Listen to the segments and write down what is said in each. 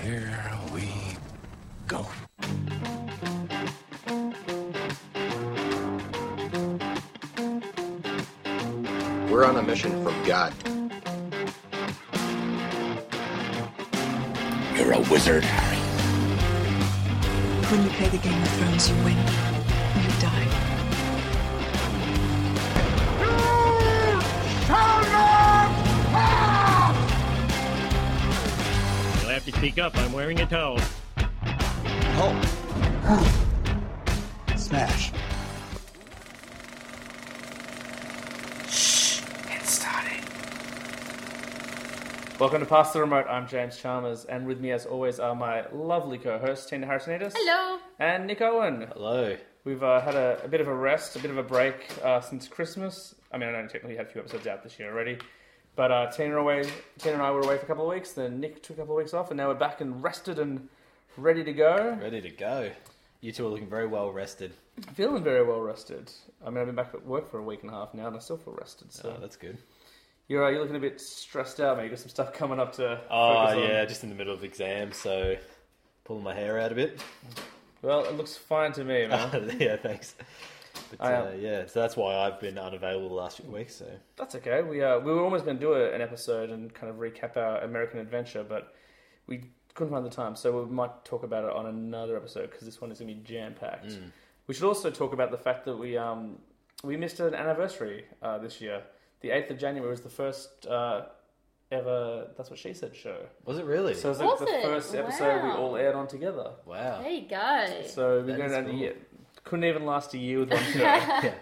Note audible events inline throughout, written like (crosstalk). here we go. We're on a mission from God. You're a wizard, Harry. When you play the Game of Thrones, you win or you die. You'll have to speak up. I'm wearing a towel. Smash. Welcome to Pass the Remote. I'm James Chalmers, and with me, as always, are my lovely co-hosts Tina Harrisonitis. Hello. And Nick Owen. Hello. We've uh, had a, a bit of a rest, a bit of a break uh, since Christmas. I mean, I know technically we had a few episodes out this year already, but uh, Tina away, Tina and I were away for a couple of weeks. Then Nick took a couple of weeks off, and now we're back and rested and ready to go. Ready to go. You two are looking very well rested. Feeling very well rested. I mean, I've been back at work for a week and a half now, and I still feel rested. So Oh, that's good. you're uh, you're looking a bit stressed out, mate. You got some stuff coming up to. Oh, focus on. yeah, just in the middle of exam, so pulling my hair out a bit. Well, it looks fine to me, (laughs) man. yeah, thanks. But I, uh, um, yeah, so that's why I've been unavailable the last few weeks. So That's okay. We uh, we were almost going to do a, an episode and kind of recap our American adventure, but we couldn't find the time. So we might talk about it on another episode because this one is going to be jam packed. We should also talk about the fact that we um we missed an anniversary uh, this year. The eighth of January was the first uh, ever. That's what she said show. was it really? So it was, Was like the it? first episode we Wow. all aired on together. wow. There you go. So we That don't is have cool. year. Couldn't even last a year with one show. Yeah.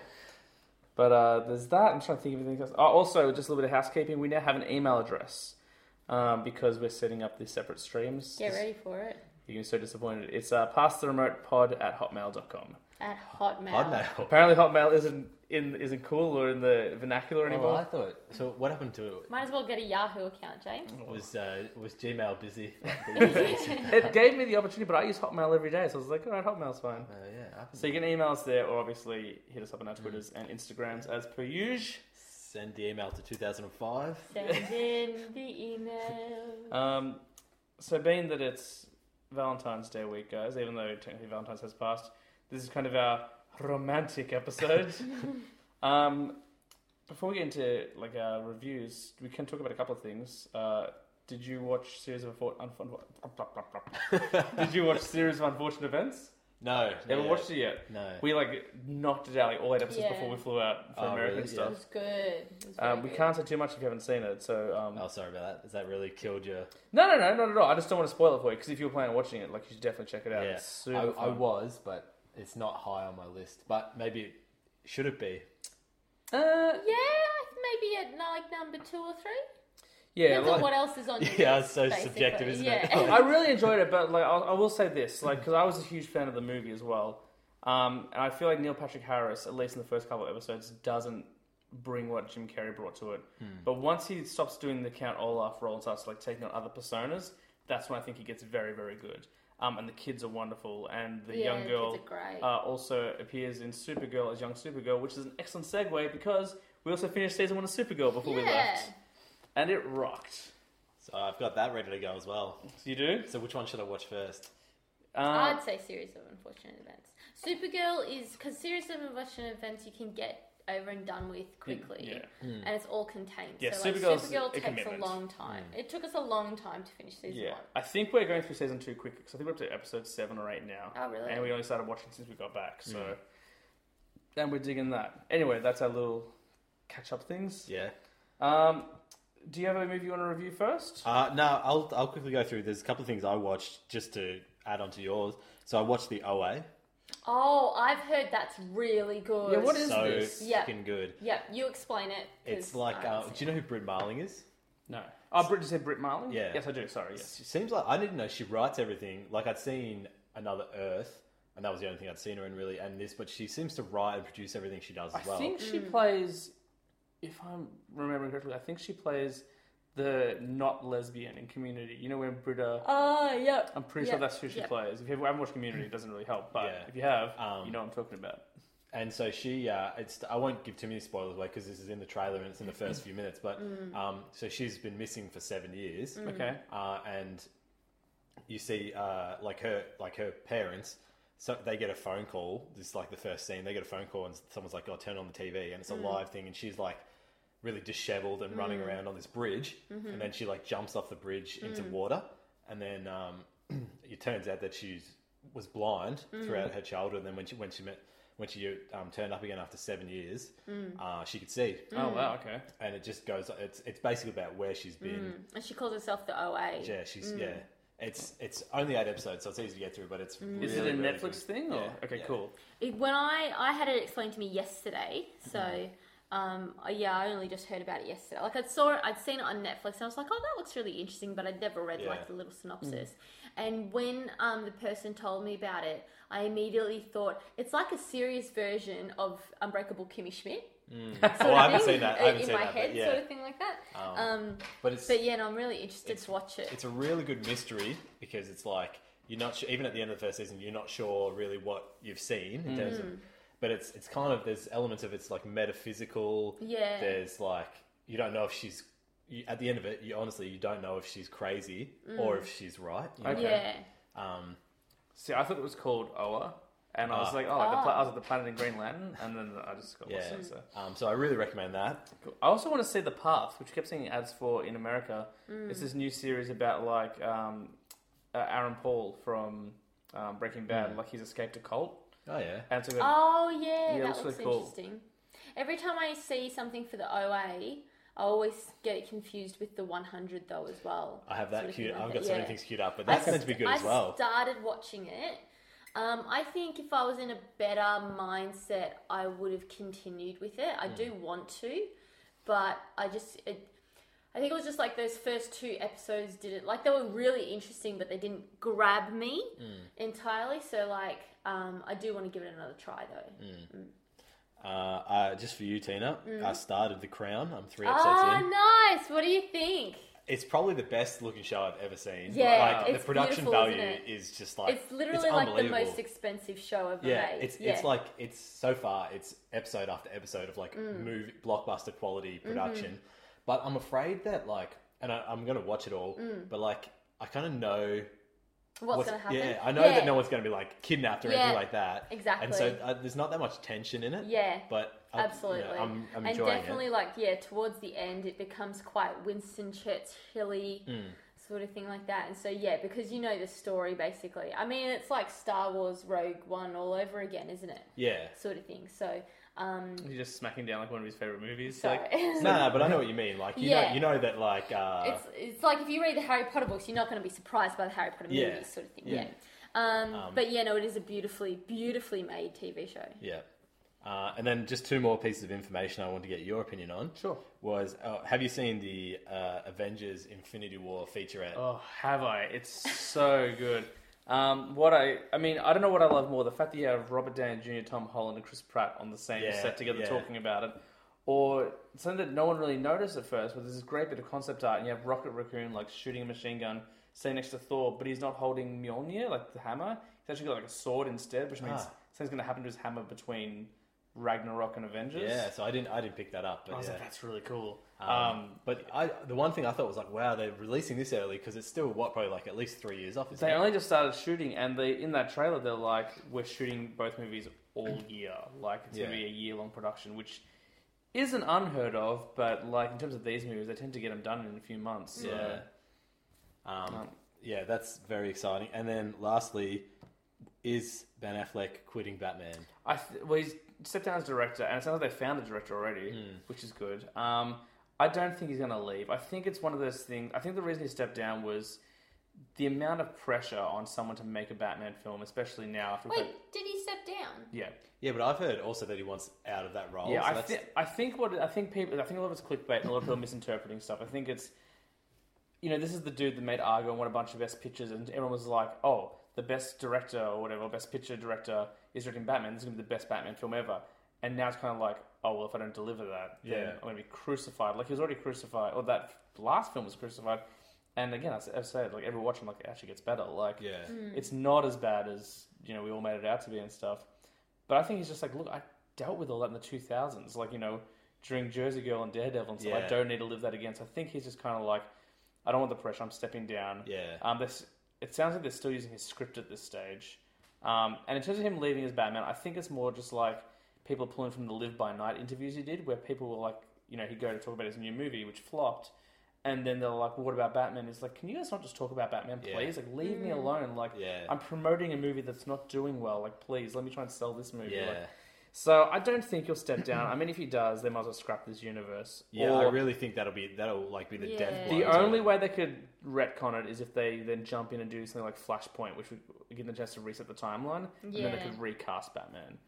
But uh, there's that. I'm trying to think of anything else. Oh, also, just a little bit of housekeeping. We now have an email address um, because we're setting up these separate streams. Get ready for it. You're gonna be so disappointed. It's uh, pass the remote pod at hotmail.com. At Hotmail. Hard mail. Apparently, Hotmail isn't in isn't cool or in the vernacular Oh, I anymore. thought. So what happened to it? Might as well get a Yahoo account, (laughs) James. Was uh, was Gmail (laughs) busy? uh, It gave me the opportunity, but I use Hotmail every day, so I was like, all right, Hotmail's fine. yeah, I So you can email us there, or obviously hit us up on our Twitters and Instagrams as per usual. send the email to 2005. Send in the email. Um, so being that it's Valentine's Day week, guys, even though technically Valentine's has passed, this is kind of our romantic episode. um, before we get into like our reviews, we can talk about a couple of things. Uh, did you watch series of Unfor- Unfor- (laughs) Did you watch series of unfortunate events? No, Never yeah. watched it yet. No. We like knocked it out like all eight episodes Yeah. before we flew out for Oh, American really? It stuff. was good. It was Um, very we good. can't say too much if you haven't seen it. So um, Oh, sorry about that. Has that really killed you? No, no, no, not at all. I just don't want to spoil it for you because if you were planning on watching it, like you should definitely check it out. Yeah, It's super I, I fun. was, but it's not high on my list. But maybe it should it be? Uh, Yeah, maybe at like number two or three. yeah, Depends on like, what else (laughs) is on. your Yeah, list, it's so subjective, basically. isn't yeah. (laughs) it? I really enjoyed it, but like I'll, I will say this, like because I was a huge fan of the movie as well, um, and I feel like Neil Patrick Harris, at least in the first couple of episodes, doesn't bring what Jim Carrey brought to it. But once he stops doing the Count Olaf role and starts like taking on other personas, that's when I think he gets very, very good. Um, and the kids are wonderful, and the Yeah, young the girl kids are great. Uh, also appears in Supergirl as young Supergirl, which is an excellent segue because we also finished season one of Supergirl before we Yeah. left, and it rocked. So I've got that ready to go as well. You do? So which one should I watch first? Uh, I'd say series of unfortunate events. Supergirl is because series of unfortunate events you can get over and done with quickly, Mm, yeah. and it's all contained. Yeah, so like, Supergirl's a Supergirl takes commitment. Mm. a long time. It took us a long time to finish season Yeah, one. I think we're going through season two quick because I think we're up to episode seven or eight now. Oh, really? And we only started watching since we got back, so and we're digging that. Anyway, that's our little catch-up things. Yeah. Um, do you have a movie you want to review first? Uh, no, I'll I'll quickly go through. There's a couple of things I watched just to add on to yours. So I watched the OA. Oh, I've heard that's really good. Yeah, what is- So this? Yeah. fucking good. Yep, you explain it. 'cause It's like, I uh, haven't do you know who Brit Marling is? No. Oh, Brit, you said Brit Marley. Yeah. Yes, I do. Sorry. Yes. She seems like I didn't know she writes everything. Like I'd seen Another Earth, and that was the only thing I'd seen her in really, and this. But she seems to write and produce everything she does I as well. think she Mm. plays. If I'm remembering correctly, I think she plays the not lesbian in Community. You know when Britta. seen it. Ah, yep. I'm pretty yep, sure that's who she yep. plays. If you haven't watched Community, it doesn't really help. But Yeah. if you have, Um, you know what I'm talking about. And so she, uh, it's I won't give too many spoilers away because this is in the trailer and it's in the first few Mm. Mm. minutes. But um, so she's been missing for seven years, Okay. uh, and you see uh, like her like her parents so they get a phone call this is like the first scene they get a phone call and someone's like oh turn on the tv and it's a live thing and she's like really disheveled and running around on this bridge and then she like jumps off the bridge into water and then um, (clears throat) it turns out that she's was blind throughout her childhood and then when she when she met when she um, turned up again after seven years uh, she could see Oh Mm. wow, okay. and it just goes it's it's basically about where she's been And she calls herself the OA. yeah, she's Mm. yeah. It's it's only eight episodes, so it's easy to get through. But it's Mm. really, Is it a really Netflix good. thing? Or? Yeah, okay, yeah. cool. It- when I I had it explained to me yesterday, so Mm-hmm. um, uh, yeah, I only just heard about it yesterday. Like I saw it, I'd seen it on Netflix, and I was like, oh, that looks really interesting, but I'd never read Yeah. like the little synopsis. Mm-hmm. And when um, the person told me about it, I immediately thought it's like a serious version of Unbreakable Kimmy Schmidt. sort Oh, of I haven't thing, seen that. I uh, haven't in seen my that, but head, yeah. sort of thing like that. Um, But it's but yeah, no, I'm really interested it's- to watch it. it's a really good mystery because it's like you're not sure, even at the end of the first season, you're not sure really what you've seen in terms Mm. of. But it's it's kind of there's elements of it's like metaphysical. Yeah. There's like you don't know if she's you, at the end of it. You honestly you don't know if she's crazy Mm. or if she's right. you know? Okay. Yeah, Um, See, I thought it was called Oa, and I was Ah. like, oh, like the pla- Ah. I was at the planet in Green Lantern, and then I just got lost. Yeah. in it, So. um, so I really recommend that. Cool. I also want to see The Path, which I kept seeing ads for in America. Mm. It's this new series about like um, uh, Aaron Paul from um, Breaking Bad, Mm. like he's escaped a cult. Oh yeah. And it's about- Oh yeah, Yeah, that looks looks really cool. interesting. Every time I see something for the OA, I always get it confused with the 100 though as well. I Sort have that of thing queued. like I've that, got so many yeah. things queued up, but that's meant to be good I as well. started watching it. Um, I think if I was in a better mindset, I would have continued with it. Hmm. I do want to, but I just it, I think it was just like those first two episodes didn't like they were really interesting, but they didn't grab me Hmm. entirely. So like um, I do want to give it another try though. Hmm. Uh, uh, just for you, Tina, I started The Crown. I'm three episodes Mm. Ah, in. nice. What do you think? It's probably the best looking show I've ever seen. Yeah, like it's the production beautiful, isn't value it? is just like It's literally like the unbelievable. most expensive show ever yeah, made. it's it's like it's so far it's episode after episode of like Mm. movie blockbuster quality Mm-hmm. production, but I'm afraid that like, and I, I'm gonna watch it all, but like I kind of know Mm. what's, what's- gonna happen. Yeah, I know that Yeah. no one's going to be like kidnapped or Yeah, anything like that. And so exactly. uh, there's not that much tension in it. Yeah, But uh, I'm, you know, Absolutely. I'm, I'm and enjoying definitely it. like yeah, towards the end it becomes quite Winston Churchilly Mm. sort of thing like that. And so yeah, because you know the story basically. I mean it's like Star Wars Rogue One all over again, isn't it? Yeah. Sort of thing. So um he's just smacking down like one of his favorite movies. so (laughs) Like, No, no, but I know what you mean. Like you Yeah. know, you know that like uh, it's it's like if you read the Harry Potter books, you're not going to be surprised by the Harry Potter Yeah. movies sort of thing. Yeah. Yeah. Um, but yeah, no, it is a beautifully, beautifully made TV show. yeah. Uh, and then just two more pieces of information I want to get your opinion on. Sure. Was uh, have you seen the uh, Avengers Infinity War featurette? oh, have I? It's so good. Um, what I, I mean, I don't know what I love more: the fact that you have Robert Downey Jr., Tom Holland, and Chris Pratt on the same Yeah, set together yeah. talking about it, or something that no one really noticed at first. But there's this great bit of concept art, and you have Rocket Raccoon like shooting a machine gun, sitting next to Thor, but he's not holding Mjolnir like the hammer. He's actually got like a sword instead, which means Ah. something's going to happen to his hammer between Ragnarok and Avengers. Yeah. So I didn't I didn't pick that up. But I was yeah. like, that's really cool. um, but I, the one thing I thought was like, wow, they're releasing this early because it's still what probably like at least three years off. Isn't They it? only just started shooting, and they in that trailer they're like, "We're shooting both movies all year. Like it's gonna Yeah. be a year long production, which isn't unheard of. But like in terms of these movies, they tend to get them done in a few months. So. Yeah. Um, Um, yeah, that's very exciting. And then lastly, is Ben Affleck quitting Batman? I th- well, he's stepped down as director, and it sounds like they found the director already, Hmm. which is good. Um, I don't think he's going to leave. I think it's one of those things. I think the reason he stepped down was the amount of pressure on someone to make a Batman film, especially now. After Wait, did he step down? yeah. Yeah, but I've heard also that he wants out of that role. Yeah, so I, that's- thi- I think what I think people I think a lot of it's clickbait and a lot of people are misinterpreting stuff. I think it's you know this is the dude that made Argo and won a bunch of best pictures, and everyone was like, oh, the best director or whatever, best picture director is directing Batman. This is gonna be the best Batman film ever. And now it's kind of like, oh well, if I don't deliver that, then Yeah. I'm gonna be crucified. Like he was already crucified, or that last film was crucified. And again, I s- I've said like every watch, I'm like, it actually gets better. Like Yeah. it's not as bad as you know we all made it out to be and stuff. But I think he's just like, look, I dealt with all that in the two thousands, like you know during Jersey Girl and Daredevil and stuff. I Yeah. don't need to live that again. So I think he's just kind of like, I don't want the pressure. I'm stepping down. Yeah. Um, this It sounds like they're still using his script at this stage. Um, and in terms of him leaving as Batman, I think it's more just like people pulling from the Live by Night interviews he did, where people were like, you know, he'd go to talk about his new movie, which flopped. And then they're like, well, what about Batman? He's like, can you guys not just talk about Batman, Yeah. please? Like, leave me alone. Like, Yeah. I'm promoting a movie that's not doing well. Like, please, let me try and sell this movie. Yeah. Like, so I don't think he'll step down. I mean, if he does, they might as well scrap this universe. Yeah, I Or really think that'll be that'll like be the Yeah. death blow. the to only it. way they could retcon it is if they then jump in and do something like Flashpoint, which would give them a chance to reset the timeline, and then they Yeah. could recast Batman.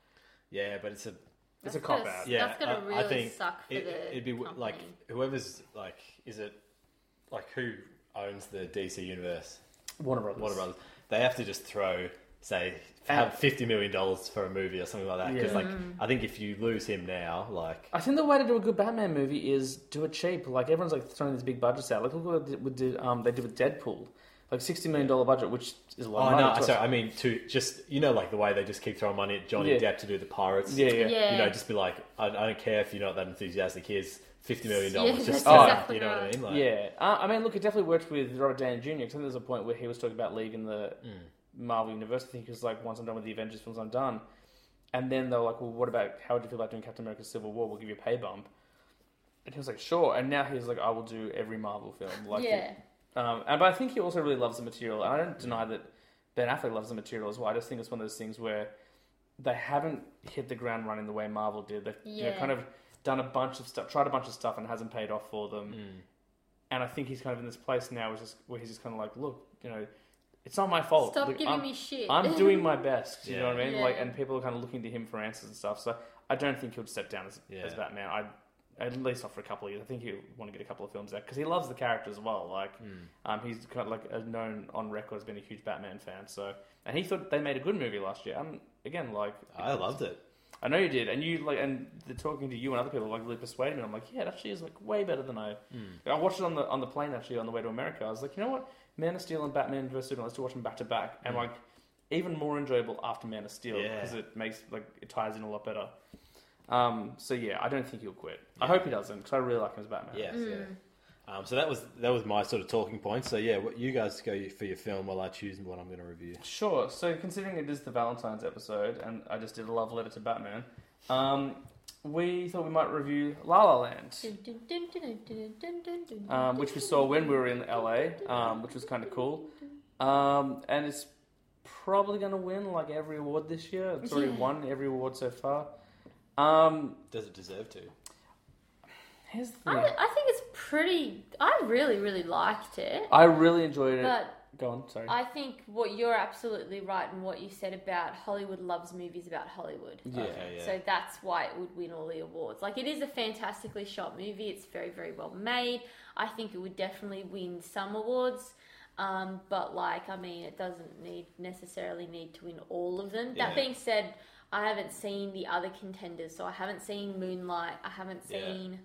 Yeah, but it's a It's That's a cop gonna out. s- yeah. That's gonna I- I really think suck for it, the It'd be w- like company. whoever's like, is it like who owns the DC universe? Warner Brothers. Warner Brothers. They have to just throw say have fifty million dollars for a movie or something like that. Because Yeah. like I think if you lose him now, like I think the way to do a good Batman movie is do it cheap. Like everyone's like throwing these big budgets out. Like look what they did, with the- um, they did with Deadpool, like sixty million dollar budget, which is a lot. oh of money no, to us. sorry, I mean to just you know like the way they just keep throwing money at Johnny Yeah. Depp to do the Pirates. Yeah, yeah. Yeah. You know, just be like, I, I don't care if you're not that enthusiastic. Here's fifty million dollars. Yeah, (laughs) that's just to- exactly you know what I right. mean? Like, Yeah, uh, I mean, look, it definitely worked with Robert Downey Jr. Because I think there's a point where he was talking about leaving the Marvel universe. I think he was like, once I'm done with the Avengers films, I'm done. And then they were like, well, what about how would you feel about doing Captain America: Civil War? We'll give you a pay bump. And he was like, sure. And now he's like, I will do every Marvel film. Like, yeah. Um, and but I think he also really loves the material, and I don't deny that Ben Affleck loves the material as well. I just think it's one of those things where they haven't hit the ground running the way Marvel did. They've you know, Yeah. kind of done a bunch of stuff, tried a bunch of stuff, and it hasn't paid off for them. And I think he's kind of in this place now, which is where he's just kind of like, look, you know, it's not my fault. Stop Look, giving I'm, me shit. (laughs) I'm doing my best. You know Yeah. what I mean? Yeah. Like, and people are kind of looking to him for answers and stuff. So I don't think he'll step down as, as Yeah. Batman. I at least not for a couple of years. I think he'll want to get a couple of films out because he loves the character as well. Like, um, he's kind of like a known on record as being a huge Batman fan. So, and he thought they made a good movie last year. Um, again, like I loved it. I know you did, and you like, and the, talking to you and other people like really persuaded me. I'm like, yeah, it actually is like way better than I. I watched it on the on the plane actually on the way to America. I was like, you know what, Man of Steel and Batman vs Superman. Let's do watch them back to back, and like even more enjoyable after Man of Steel Yeah. because it makes like it ties in a lot better. Um, so yeah, I don't think he'll quit. I hope he doesn't because I really like him as Batman. Yes, yeah. Um, so that was that was my sort of talking point. So yeah, what you guys go for your film while I choose what I'm going to review. Sure. So considering it is the Valentine's episode, and I just did a love letter to Batman, um, we thought we might review La La Land. um, which we saw when we were in LA, um, which was kind of cool. Um, and it's probably going to win like every award this year. It's already won every award so far. Um, Does it deserve to? here's the I, thing. I think it's pretty. I really, really liked it. I really enjoyed it. But Go on, sorry. I think what you're absolutely right in what you said about Hollywood loves movies about Hollywood. yeah. Okay, yeah. So that's why it would win all the awards. Like it is a fantastically shot movie. It's very very well made. I think it would definitely win some awards. Um, but like I mean, it doesn't need necessarily need to win all of them. Yeah. That being said, I haven't seen the other contenders. So I haven't seen Moonlight. I haven't Yeah. seen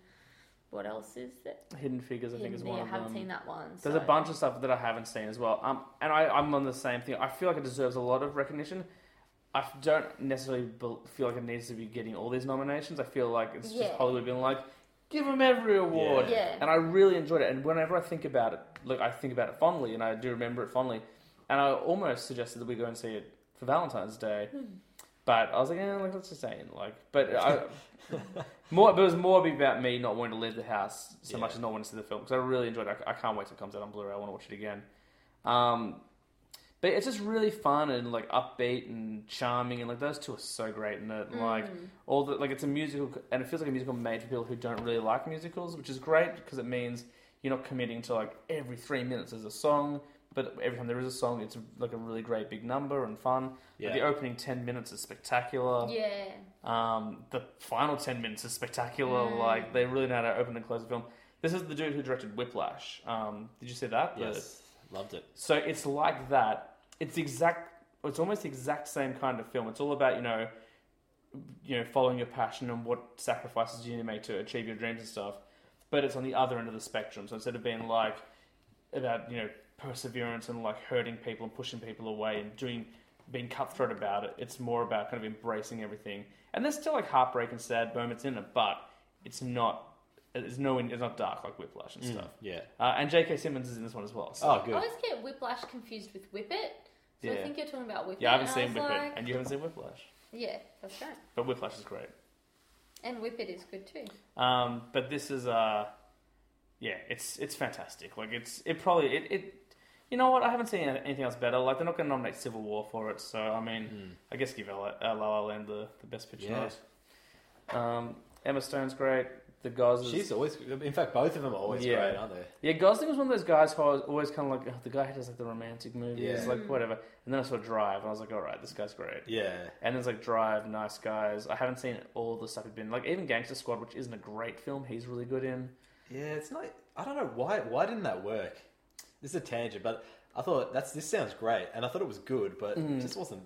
what else is there? Hidden Figures, I think, is Hidden Figure. one I of haven't them. seen that one. There's so- a bunch of stuff that I haven't seen as well. Um, and I, I'm on the same thing. I feel like it deserves a lot of recognition. I don't necessarily be- feel like it needs to be getting all these nominations. I feel like it's just Yeah. Hollywood being like, give them every award. Yeah. Yeah. And I really enjoyed it. And whenever I think about it, look, I think about it fondly, and I do remember it fondly. And I almost suggested that we go and see it for Valentine's Day. Hmm. But I was like, eh, like let's just say it, like. But I, more, but it was more about me not wanting to leave the house so much Yeah. as not wanting to see the film because I really enjoyed it. I, I can't wait till it comes out on Blu-ray. I want to watch it again. Um, but it's just really fun and like upbeat and charming and like those two are so great in it. And, like Mm. all the like it's a musical and it feels like a musical made for people who don't really like musicals, which is great because it means you're not committing to like every three minutes there's a song. But every time there is a song, it's like a really great big number and fun. Like, Yeah. the opening ten minutes is spectacular. Yeah. Um, the final ten minutes is spectacular. Like they really know how to open and close a film. This is the dude who directed Whiplash. Um, did you see that? The- Yes, loved it. so it's like that. It's exact. It's almost the exact same kind of film. It's all about you know, you know, following your passion and what sacrifices you need to make to achieve your dreams and stuff. But it's on the other end of the spectrum. So instead of being like about you know perseverance and like hurting people and pushing people away and doing being cutthroat about it, it's more about kind of embracing everything. And there's still like heartbreak and sad moments in it, but it's not It's no, it's not dark like Whiplash and stuff. Mm, Yeah. Uh, and J.K. Simmons is in this one as well. So. Oh, I good. always get Whiplash confused with Whippet. So I Yeah. think you're talking about Whippet. yeah, I haven't and seen was Whippet, like- and you haven't seen Whiplash, yeah, that's right. but Whiplash is great. And Whippet is good too. Um, but this is uh yeah, it's it's fantastic. Like it's it probably it, it you know what? I haven't seen anything else better. Like they're not going to nominate Civil War for it, so I mean, I guess give La uh, La La Land the, the best picture. Hmm. Yeah. nod. Um, Emma Stone's great. The Goslings. She's always. In fact, both of them are always Yeah. great, aren't they? Yeah, Gosling was one of those guys who I was always kind of like, "Ugh, the guy who does like the romantic movies, Yeah. like whatever. And then I saw Drive, and I was like, all right, this guy's great. Yeah. And there's like Drive, Nice Guys. I haven't seen all the stuff he's been like, even Gangster Squad, which isn't a great film. He's really good in. Yeah, it's not. I don't know why. Why didn't that work? This is a tangent, but I thought that's this sounds great, and I thought it was good, but it just wasn't.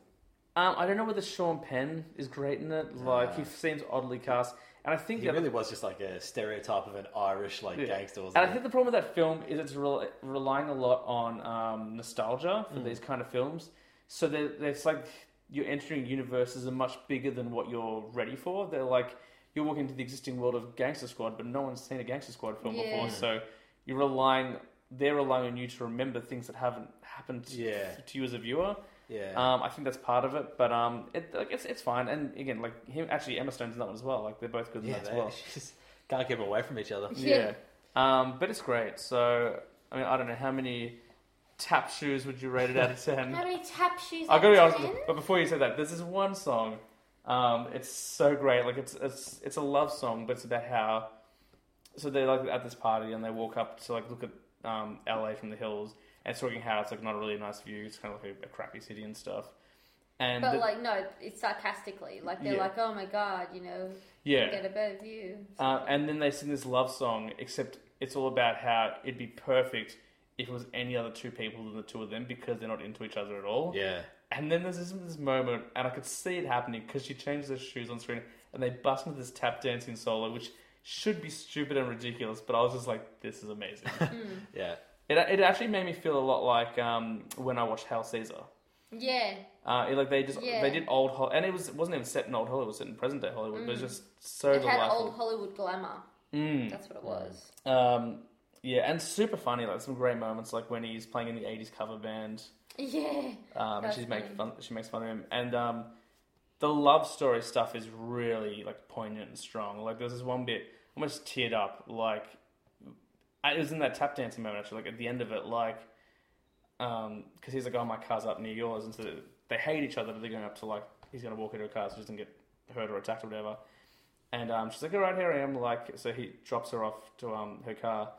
Um, I don't know whether Sean Penn is great in it. Like he seems oddly cast, and I think He the other- really was just like a stereotype of an Irish like Yeah. gangster. Wasn't And I he? think the problem with that film is it's rel relying a lot on um, nostalgia Mm. for these kind of films. So they're, they're- it's like you're entering universes that are much bigger than what you're ready for. They're like you're walking into the existing world of Gangster Squad, but no one's seen a Gangster Squad film Yeah. before. So you're relying, they're relying on you to remember things that haven't happened Yeah. to you as a viewer. yeah, Um, I think that's part of it, but um, it, like, it's it's fine. And again, like him, actually Emma Stone's in that one as well. Like they're both good in yeah, that as they- well. (laughs) she's- can't keep away from each other. Yeah. Um, but it's great. So, I mean, I don't know how many tap shoes would you rate it (laughs) out of 10? How many tap shoes? I'll out go Mm. be of honest with 10? you. But before you say that, this is one song. Um, it's so great. Like, it's, it's, it's a love song, but it's about how. So they're like at this party and they walk up to like look at um, LA from the hills and it's talking how it's like not a really nice view. It's kind of like a, a crappy city and stuff. And But the- like, no, it's sarcastically. Like they're Yeah. like, oh my god, you know, yeah. get a better view. Uh, and then they sing this love song, except it's all about how it'd be perfect if it was any other two people than the two of them because they're not into each other at all. Yeah, And then there's this, this moment, and I could see it happening because she changes her shoes on screen and they bust into this tap dancing solo, which should be stupid and ridiculous, but I was just like, this is amazing. yeah, it, it actually made me feel a lot like um, when I watched Hail Caesar. Yeah, Uh, it- like they just Yeah. they did old Hol- and it was it wasn't even set in old Hollywood, it was set in present day Hollywood. But it was just so Mm. it had delightful. old Hollywood glamour. Mm. That's what it was. Um, yeah, and super funny. Like some great moments, like when he's playing in the '80s cover band. Yeah, Um, and That's she's make funny. fun. She makes fun of him, and um, the love story stuff is really like poignant and strong. Like there's this one bit, I almost teared up. Like I, it was in that tap dancing moment actually. Like at the end of it, like because he's like, "Oh, my car's up near yours," and so they hate each other, but they're going up to like he's going to walk into a car so he doesn't get hurt or attacked or whatever. And um, she's like, "All right, here I am." Like so, he drops her off to um, her car.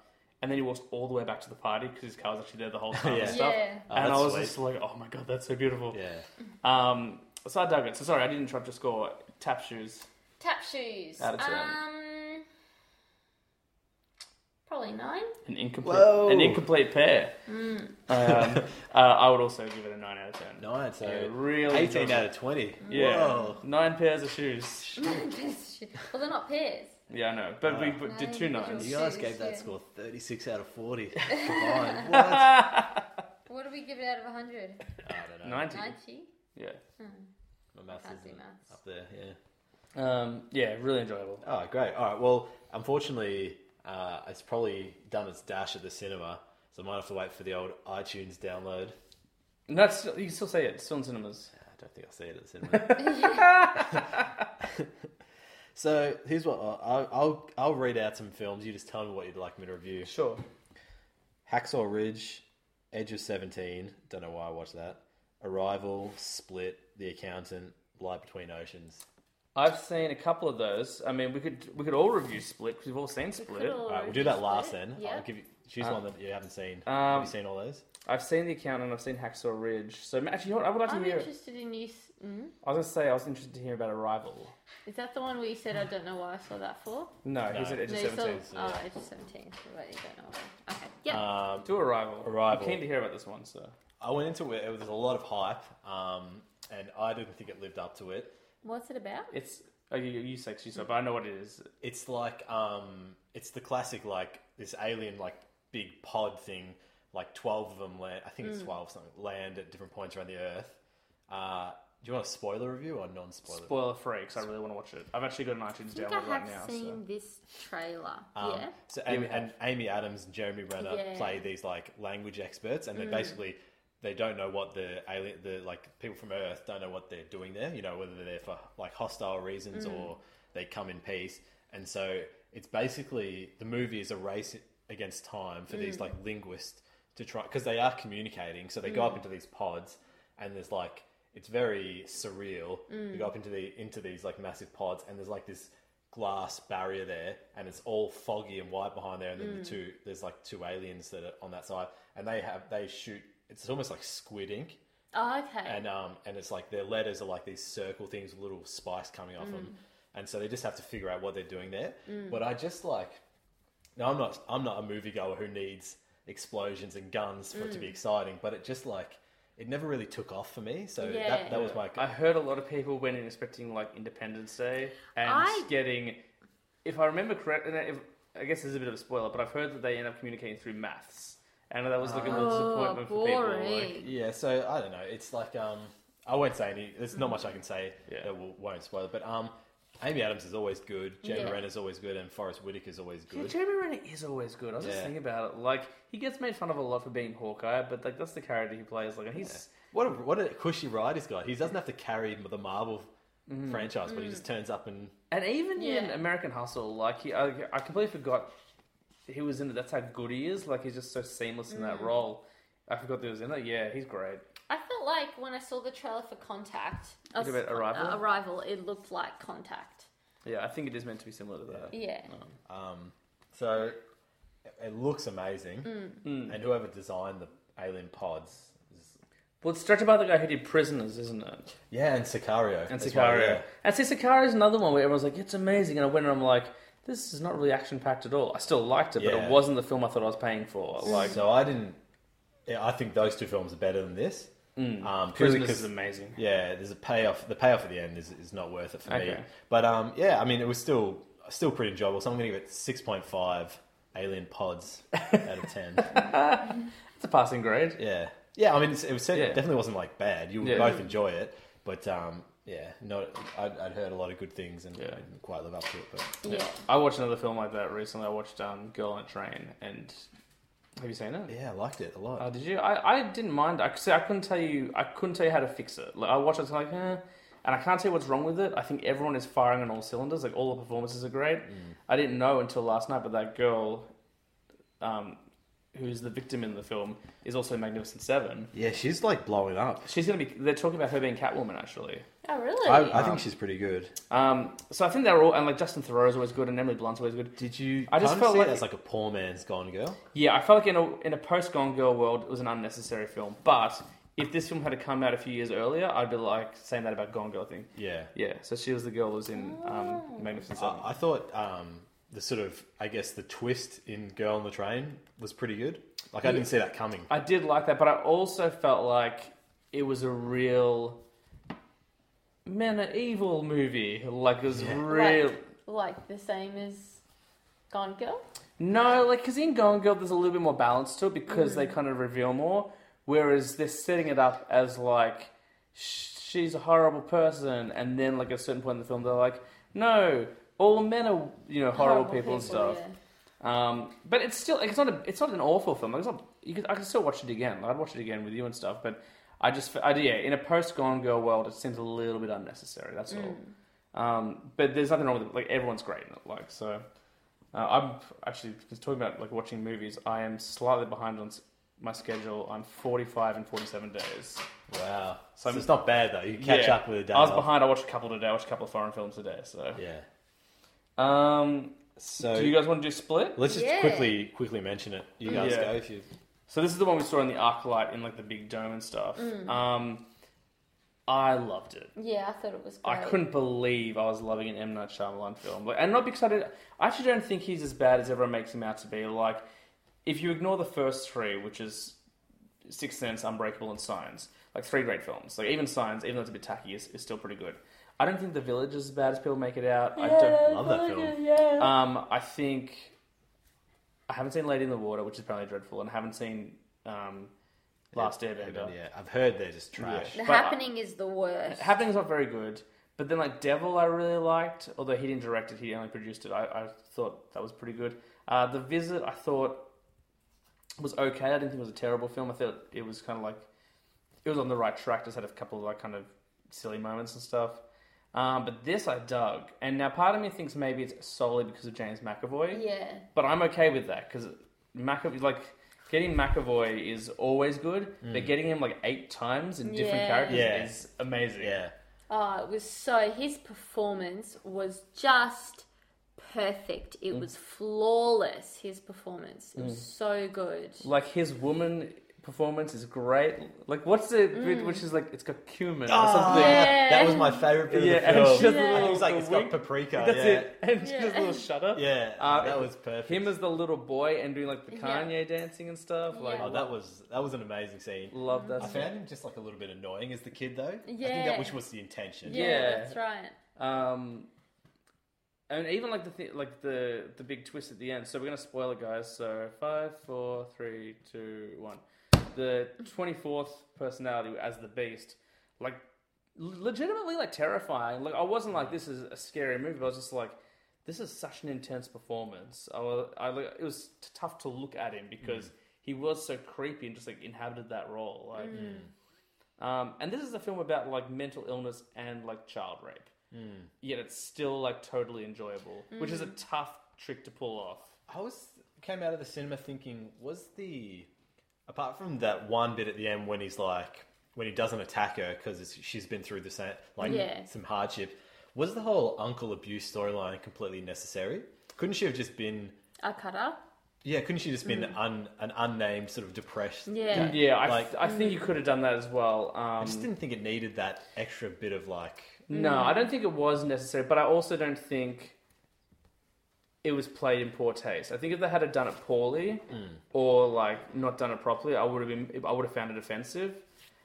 And then he walks all the way back to the party because his car's actually there the whole time (laughs) Yeah. and stuff. Yeah. Oh, and I that's was sweet. just like, oh my god, that's so beautiful. yeah. Um, so I dug it. So sorry, I didn't interrupt your score. Tap shoes. tap shoes. Out of 10. Um, probably nine. (laughs) An incomplete, Whoa. an incomplete pair. Um, uh, I would also give it a nine out of ten. Nine, so Yeah, really eighteen enjoyed out of twenty. Yeah, Whoa. nine pairs of shoes. well, they're not pairs. Yeah, I know, but we b- did two Nine nines. You guys Jeez, gave that yeah. score thirty-six out (laughs) of forty combined. what? I What do we give it out of hundred? don't know. Ninety. Ninety. Yeah. My maths Can't do isn't maths. up there. Yeah. Um, yeah, really enjoyable. Oh, great. All right. Well, unfortunately, uh, it's probably done its dash at the cinema, so I might have to wait for the old iTunes download. And that's you can still say it. Still in cinemas. I don't think I'll see it at the cinema. (laughs) (laughs) so here's what I'll, I'll I'll read out some films. You just tell me what you'd like me to review. Sure. Hacksaw Ridge, Edge of Seventeen. Don't know why I watched that. Arrival, Split, The Accountant, Light Between Oceans. I've seen a couple of those. I mean, we could we could all review Split because we've all seen Split. all- All right, we'll do that last Split, then. yeah. I'll give you choose one that you haven't seen. um, Have you seen all those? I've seen The Accountant. I've seen Hacksaw Ridge. So actually, you know what? I would like to I'm hear. interested in you. s- Mm? I was gonna say I was interested to hear about Arrival. Is that the one where you said I don't know why I saw that for? No, he said Edge No, of you Seventeen. saw. Oh, it's just seventeen. Right, you don't know. why. Okay. Yeah. Um, Do Arrival. Arrival. I'm keen to hear about this one, so. I went into it. It was a lot of hype, um, and I didn't think it lived up to it. What's it about? It's. Oh, you, you sex you saw, but I know what it is. It's like um, it's the classic like this alien like big pod thing. Hmm. Like twelve of them land. I think it's twelve something land at different points around the Earth. Uh, Do you want a spoiler review or non-spoiler? Spoiler free, because I really want to watch it. I've actually got an iTunes I think download I have right now. seen So. this trailer. Um, yeah. So Amy, and Amy Adams and Jeremy Renner Yeah. Mm. play these like language experts, and they basically they don't know what the alien, the like people from Earth don't know what they're doing there. You know whether they're there for like hostile Mm. reasons or they come in peace. And so it's basically the movie is a race against time for Mm. these like linguists to try because they are communicating. So they go Mm. up into these pods, and there's like it's very surreal. You Mm. go up into the into these like massive pods, and there's like this glass barrier there, and it's all foggy and white behind there. And then the two there's like two aliens that are on that side, and they have they shoot. It's almost like squid ink, Oh, okay. and um and it's like their letters are like these circle things with little spice coming off them, and so they just have to figure out what they're doing there. But I just like, no, I'm not I'm not a moviegoer who needs explosions and guns for it to be exciting, but it just like. It never really took off for me, so Yeah. that, that was my. I heard a lot of people went in expecting like Independence Day and I- getting- getting, if I remember correctly, if, I guess this is a bit of a spoiler, but I've heard that they end up communicating through maths, and that was like a real disappointment for people. Oh, boring. Yeah, so I don't know. It's like um, I won't say any. There's not much I can say Yeah. that will, won't spoil it. But um, Amy Adams is always good. Jamie Yeah. Renner's always good, and Forrest Whitaker is always Yeah, good. Jeremy Renner is always good. I was just Yeah. thinking about it. Like he gets made fun of a lot for being Hawkeye, but like that's the character he plays. Like and he's What a what a cushy ride he's got. He doesn't have to carry the Marvel Mm-hmm. franchise, but he just turns up and and even in Yeah. American Hustle, like he, I, I completely forgot he was in it. That's how good he is. Like he's just so seamless in Mm. that role. I forgot that he was in it. Yeah, he's great. I felt like when I saw the trailer for Contact, uh, What about Arrival? uh, Arrival, it looked like Contact. Yeah, I think it is meant to be similar to that. Yeah. um, so it- it looks amazing. Mm. And whoever designed the alien pods, is, Well, it's directed by the guy who did Prisoners, isn't it? yeah, and Sicario And as Sicario. well, yeah. And see, Sicario is another one where everyone's like, it's amazing. And I went and I'm like, this is not really action packed at all. I still liked it, but Yeah. it wasn't the film I thought I was paying for. Like, so I didn't. Yeah, I think those two films are better than this. Um, purely Prisoners Mm. is 'cause- amazing. Yeah, there's a payoff. The payoff at the end is, is not worth it for me. Okay. But um, yeah, I mean, it was still still pretty enjoyable. So I'm going to give it six point five alien pods out (laughs) of ten. It's a passing grade. yeah, yeah. I mean, it's, it was it Yeah. definitely wasn't like bad. You would Yeah. both enjoy it, but um, yeah, not. I'd, I'd heard a lot of good things and Yeah. I didn't quite live up to it. But Yeah. I watched another film like that recently. I watched um, Girl on a Train, and have you seen it? yeah, I liked it a lot. Oh, did you? I, I didn't mind. I, see, I couldn't tell you. I couldn't tell you how to fix it. Like, I watched it, it's like, eh. and I can't tell you what's wrong with it. I think everyone is firing on all cylinders. Like all the performances are great. Mm. I didn't know until last night, but that girl, um, who's the victim in the film, is also Magnificent Seven. yeah, she's like blowing up. She's gonna be. They're talking about her being Catwoman, actually. Oh, really? I, I think she's pretty good. Um, so I think they're all, and like Justin Thoreau is always good, and Emily Blunt's always good. Did you? I just kinda felt see it like- as like a poor man's Gone Girl. Yeah, I felt like in a in a post Gone Girl world, it was an unnecessary film. But if this film had to come out a few years earlier, I'd be like saying that about Gone Girl thing. Yeah, Yeah, so she was the girl who was in um, Magnificent Seven. I I thought um, the sort of, I guess, the twist in Girl on the Train was pretty good. Like, I didn't see that coming. I did like that, but I also felt like it was a real men are evil movie. Like it was real. Like, like the same as Gone Girl? No, like because in Gone Girl, there's a little bit more balance to it because they kind of reveal more. Whereas they're setting it up as like sh- she's a horrible person, and then like at a certain point in the film, they're like, no, all men are you know horrible, people, and stuff. yeah. Um, but it's still like, it's not a, it's not an awful film. Like, it's not, you could, I could still watch it again. Like, I'd watch it again with you and stuff. But I just I, yeah, in a post Gone Girl world, it seems a little bit unnecessary. That's all. Um, but there's nothing wrong with it. Like everyone's great in it. Like so, uh, I'm actually just talking about like watching movies. I am slightly behind on s- my schedule. I'm 45 and 47 days. Wow. So, it's not bad, though. You can catch Yeah. up with a day. I was off. behind. I watched a couple today. I watched a couple of foreign films today. So, Yeah. um, So, do you guys want to do split? let's just Yeah. quickly quickly mention it. You guys Yeah. go if you. So this is the one we saw in the arc light in like the big dome and stuff. Um, I loved it. Yeah, I thought it was great. I couldn't believe I was loving an M Night Shyamalan film, like, and not because I did. I actually don't think he's as bad as everyone makes him out to be. Like, if you ignore the first three, which is Sixth Sense, Unbreakable, and Signs, like three great films. Like even Signs, even though it's a bit tacky, is, is still pretty good. I don't think The Village is as bad as people make it out. I don't Love that film. um, I think I haven't seen Lady in the Water, which is apparently dreadful, and I haven't seen um, Last Airbender. Yeah, I've heard they're just trash. The But I- happening is the worst. Happening's not very good, but then like Devil, I really liked. Although he didn't direct it, he only produced it. I, I thought that was pretty good. Uh, the Visit, I thought was okay. I didn't think it was a terrible film. I thought it was kind of like it was on the right track. Just had a couple of like kind of silly moments and stuff. Um, but this I dug, and now part of me thinks maybe it's solely because of James McAvoy. yeah. But I'm okay with that because McAvoy, like getting McAvoy is always good, but getting him like eight times in different Yeah. characters Mm. Yeah. is amazing. Yeah. Oh, it was so. His performance was just perfect. Mm. It was flawless. His performance. It was so good. Like his woman performance is great. Like what's the bit Mm. which is like it's got cumin Ah, or something. Yeah. That was my favorite bit Yeah, of the and film. it's just Yeah. a little He's like, it's got wink. paprika. That's yeah. it. (laughs) And Yeah. just a little shudder. Yeah, Uh, that was perfect. Him as the little boy and doing like the Yeah. Kanye dancing and stuff. Like Yeah. oh, that was that was an amazing scene. love that. I stuff. found him just like a little bit annoying as the kid, though. I think Yeah. that which was the intention. Yeah, Yeah. that's right. Um, and even like the th- like the the big twist at the end. So we're gonna spoil it, guys. So five, four, three, two, one. The twenty fourth personality as the beast, like l- legitimately like terrifying. Like I wasn't like this is a scary movie. But I was just like this is such an intense performance. I, wa- I like, it was t- tough to look at him because he was so creepy and just like inhabited that role. Like, um, and this is a film about like mental illness and like child rape yet it's still like totally enjoyable, which is a tough trick to pull off. I was came out of the cinema thinking, was the apart from that one bit at the end when he's like when he doesn't attack her because she's been through the same like Yeah. some hardship, was the whole uncle abuse storyline completely necessary? Couldn't she have just been Akara. yeah? Couldn't she just been un, an unnamed sort of depressed? Mm. Yeah. Yeah, I, Like- I think you could have done that as well. I Um, just didn't think it needed that extra bit of like no, I don't think it was necessary, but I also don't think it was played in poor taste. I think if they had have done it poorly or like not done it properly, I would have been I would have found it offensive.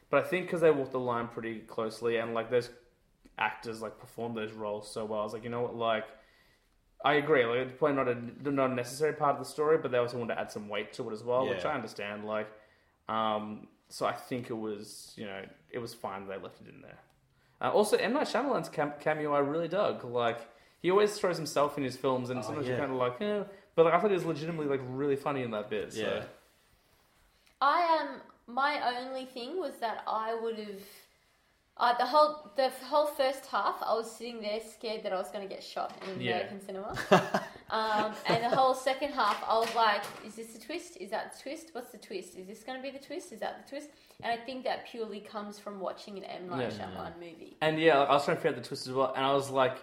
But I think because they walked the line pretty closely and like those actors like performed those roles so well, I was like, you know what, like. I agree. Like, it's probably not a not a necessary part of the story, but they also wanted to add some weight to it as well, which Yeah. I understand. Like, um, so I think it was, you know, it was fine they left it in there. Uh, also, M Night Shyamalan's cam- cameo I really dug. Like, he always throws himself in his films, and sometimes Oh, yeah. you're kind of like, eh. But like, I thought it was legitimately like really funny in that bit. So. Yeah. I um my only thing was that I would have uh, the whole the f- whole first half I was sitting there scared that I was going to get shot in an Yeah. American cinema. (laughs) um, and the whole second half I was like is this the twist? Is that the twist? What's the twist? Is this going to be the twist? Is that the twist? And I think that purely comes from watching an M Night Yeah. Shyamalan movie. And yeah, like, I was trying to figure out the twist as well, and I was like,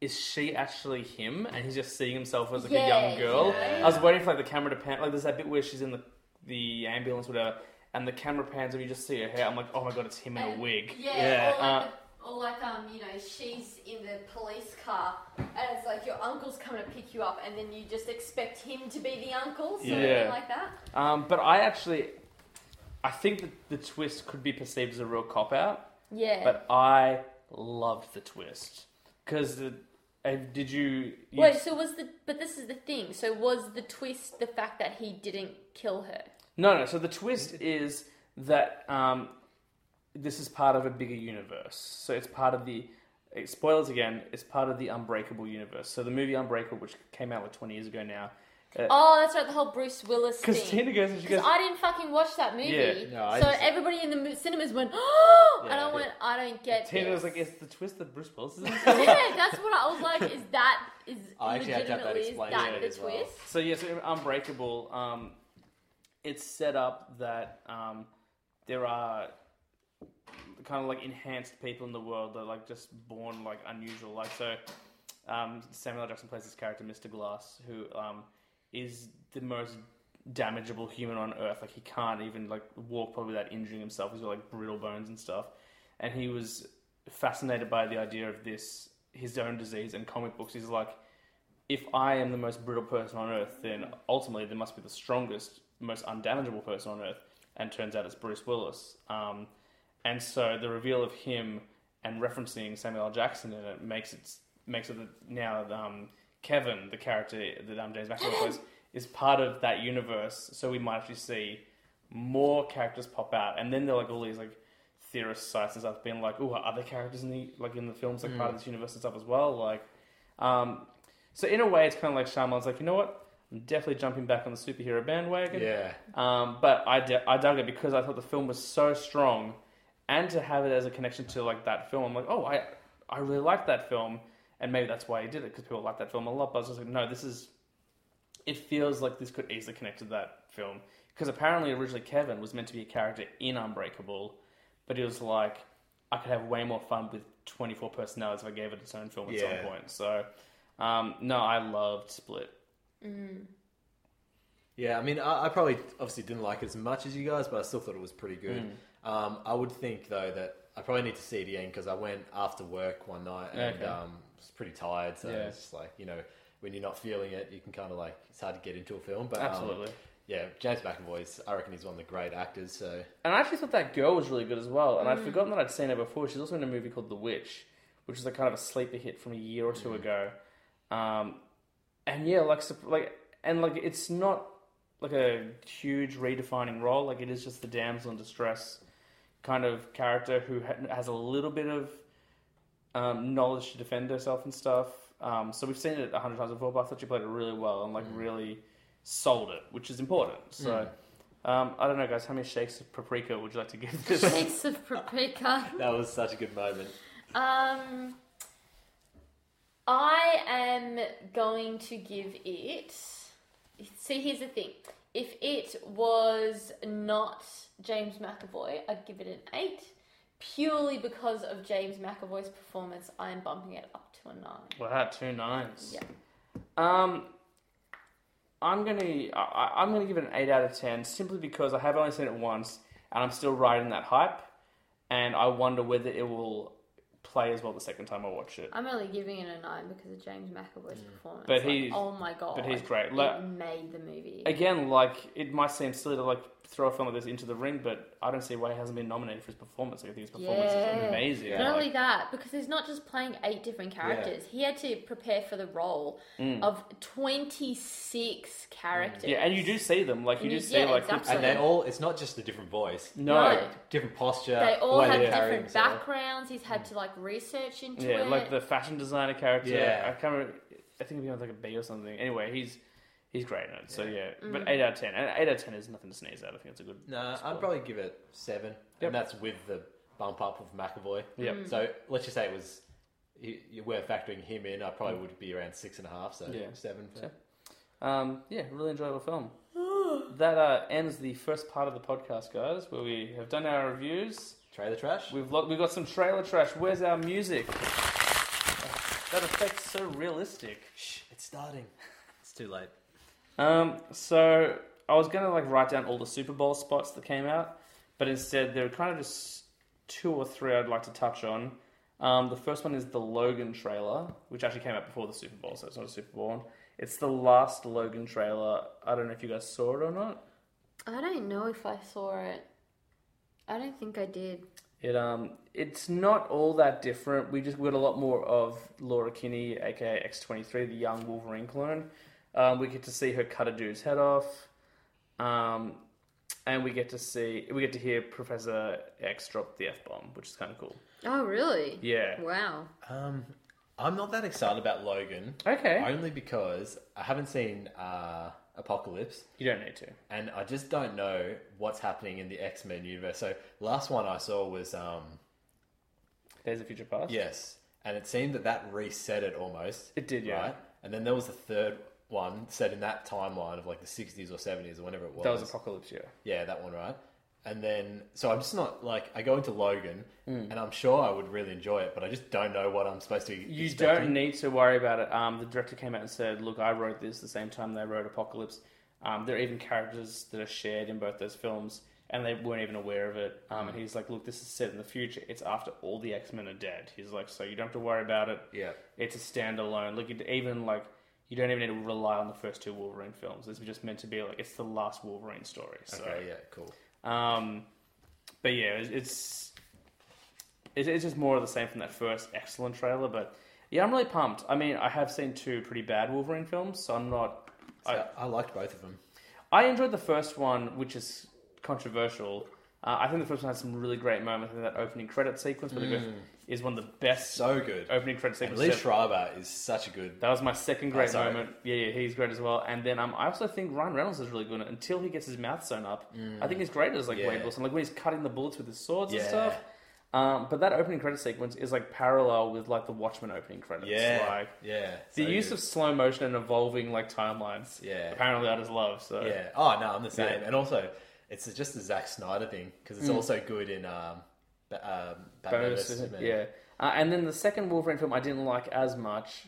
is she actually him? And he's just seeing himself as like a young Yeah, girl. yeah. I was waiting for like the camera to pan. Like, there's that bit where she's in the the ambulance, whatever, and the camera pans, and you just see her hair. I'm like, oh my god, it's him in a And- wig. Yeah, uh, Yeah, Or, like the, or like um, you know, she's in the police car, and it's like your uncle's coming to pick you up, and then you just expect him to be the uncle, something Yeah. like that. Um, but I actually, I think that the twist could be perceived as a real cop out, Yeah. but I loved the twist because the. Uh, did you? you Wait, so was the but this is the thing. So was the twist the fact that he didn't kill her? No, no. So the twist is that um, this is part of a bigger universe. So it's part of the eh, spoilers again. It's part of the Unbreakable universe. So the movie Unbreakable, which came out like twenty years ago now, uh, Oh, that's right, the whole Bruce Willis thing. Christina goes and she goes. Because I didn't fucking watch that movie, Yeah, no, I so just- everybody in the mo- cinemas went, (gasps) oh, and I Yeah. went, I don't get. Tina was this." like, (laughs) "Is the twist that Bruce Willis is?" (laughs) in?" yeah, that's what I was like. Is that is I actually had to have that legitimately is explained that to me the as well. twist? So yes, Unbreakable. Um, it's set up that um, there are kind of like enhanced people in the world that are like just born like unusual. Like so, um, Samuel L. Jackson plays this character, Mr. Glass, who um, is the most damageable human on earth. Like he can't even like walk probably without injuring himself. He's got like brittle bones and stuff. And he was fascinated by the idea of this his own disease and comic books. He's like, if I am the most brittle person on earth, then ultimately there must be the strongest, most undamageable person on earth. And turns out it's Bruce Willis. Um, and so the reveal of him and referencing Samuel L. Jackson in it makes it makes it that now um, Kevin, the character that um, James McAvoy plays, is part of that universe. So we might actually see more characters pop out, and then they're like all these like theorist sites and stuff being like, "Oh, are other characters in the like in the films like part of this universe and stuff as well?" Like, um, so in a way, it's kind of like Shyamalan's like, you know what? I'm definitely jumping back on the superhero bandwagon. Yeah. Um, but I, d- I dug it because I thought the film was so strong, and to have it as a connection to like that film, I'm like, oh, I I really liked that film, and maybe that's why he did it because people like that film a lot. But I was just like, no, this is. It feels like this could easily connect to that film because apparently originally Kevin was meant to be a character in Unbreakable, but he was like, I could have way more fun with 24 personalities if I gave it its own film at Yeah. some point. So, um, no, I loved Split. Yeah, I mean, I, I probably obviously didn't like it as much as you guys, but I still thought it was pretty good. Mm. Um, I would think though that I probably need to see it again because I went after work one night and Okay. um, was pretty tired, so Yeah. it's just like you know when you're not feeling it, you can kind of like it's hard to get into a film. But um, Absolutely. yeah, James McAvoy's, I reckon he's one of the great actors. So And I actually thought that girl was really good as well. And I'd forgotten that I'd seen her before. She's also in a movie called The Witch, which is like kind of a sleeper hit from a year or two ago. Um, and yeah, like sup- like and like it's not like a huge redefining role. Like it is just the damsel in distress kind of character who ha- has a little bit of um, knowledge to defend herself and stuff. Um, so we've seen it a hundred times before, but I thought she played it really well and like really sold it, which is important. So um, I don't know, guys, how many shakes of paprika would you like to give this? Shakes of paprika. that was such a good moment. Um, I am going to give it. See, here's the thing. If it was not James McAvoy, I'd give it an eight. Purely because of James McAvoy's performance, I am bumping it up to a nine. wow, two nines. Yeah. Um, I'm gonna I, I- I'm gonna give it an eight out of ten simply because I have only seen it once and I'm still riding that hype, and I wonder whether it will play as well the second time I watch it. I'm only giving it a nine because of James McAvoy's performance. But Like, he's- oh my god, but he's great. It Like- made the movie. Again, like it might seem silly to like throw a film like this into the ring, but I don't see why he hasn't been nominated for his performance. Like, I think his performance Yeah. is amazing. Not Like, only that, because he's not just playing eight different characters. He had to prepare for the role Mm. of twenty six characters. yeah, and you do see them, like you And do you- see yeah, like exactly. And they all—it's not just a different voice, no, No. different posture. They all the way have they carry different themselves. backgrounds. He's Mm. had to like research into Yeah, it. like the fashion designer character. Yeah. I can't remember. I think he was like a B or something. Anyway, he's he's great in it. So yeah, but eight out of ten. And eight out of ten is nothing to sneeze at. I think it's a good. No, I'd probably give it seven, Yep. and that's with the bump up of McAvoy. Yep. Mm. So let's just say it was you, you were factoring him in. I probably would be around six and a half. So Mm. Yeah. seven. For, So- Um, yeah, really enjoyable film. that uh, ends the first part of the podcast, guys, where we have done our reviews. Trailer trash. We've lo- we've got some trailer trash. Where's our music? That effect's so realistic. Shh, it's (laughs) starting. It's too late. Um, so I was gonna like write down all the Super Bowl spots that came out, but instead there were kind of just two or three I'd like to touch on. Um, the first one is the Logan trailer, which actually came out before the Super Bowl, so it's not a Super Bowl. one. It's the last Logan trailer. I don't know if you guys saw it or not. I don't know if I saw it. I don't think I did. It um, it's not all that different. We just got a lot more of Laura Kinney, aka X twenty three, the young Wolverine clone. Um, we get to see her cut a dude's head off, um, and we get to see we get to hear Professor X drop the f bomb, which is kind of cool. Oh really? Yeah. Wow. Um, I'm not that excited about Logan, Okay. only because I haven't seen uh, Apocalypse. You don't need to. and I just don't know what's happening in the X Men universe. So last one I saw was um There's a future past. yes, and it seemed that that reset it almost. It did, yeah. And then there was the third one set in that timeline of like the sixties or seventies or whenever it was. That was Apocalypse. Yeah. yeah, that one right. And then so I'm just not like I go into Logan, Mm. and I'm sure I would really enjoy it, but I just don't know what I'm supposed to. be You expecting. don't need to worry about it. Um, the director came out and said, "Look, I wrote this the same time they wrote Apocalypse. Um, there are even characters that are shared in both those films, and they weren't even aware of it." Um, and he's like, "Look, this is set in the future. It's after all the X Men are dead." He's like, "So you don't have to worry about it. Yeah. it's a standalone. Look, it, even like." You don't even need to rely on the first two Wolverine films. It's just meant to be like it's the last Wolverine story. So Okay, yeah, cool. um, but yeah, it's, it's it's it's just more of the same from that first excellent trailer. But yeah, I'm really pumped. I mean, I have seen two pretty bad Wolverine films, so I'm not. So I, liked both of them. I enjoyed the first one, which is controversial. Uh, I think the first one had some really great moments. I think that opening credit sequence where they go- is one of the best So good. opening credit And sequences. Lee ever. Schreiber is such a good. That was my second great Oh, sorry. moment. Yeah, yeah, he's great as well. And then um, I also think Ryan Reynolds is really good in it until he gets his mouth sewn up. I think he's great as like Mm. Yeah. Wade Wilson, like when he's cutting the bullets with his swords and Yeah. stuff. Um, but that opening credit sequence is like parallel with like the Watchmen opening credits. Yeah, like yeah. the so use good. of slow motion and evolving like timelines. Yeah. apparently that is love. So Yeah. Oh no, I'm the same. Yeah. And also, it's just the Zack Snyder thing because it's also good in um, Ba- um Batman bonus, vs Superman. yeah. Uh, and then the second Wolverine film I didn't like as much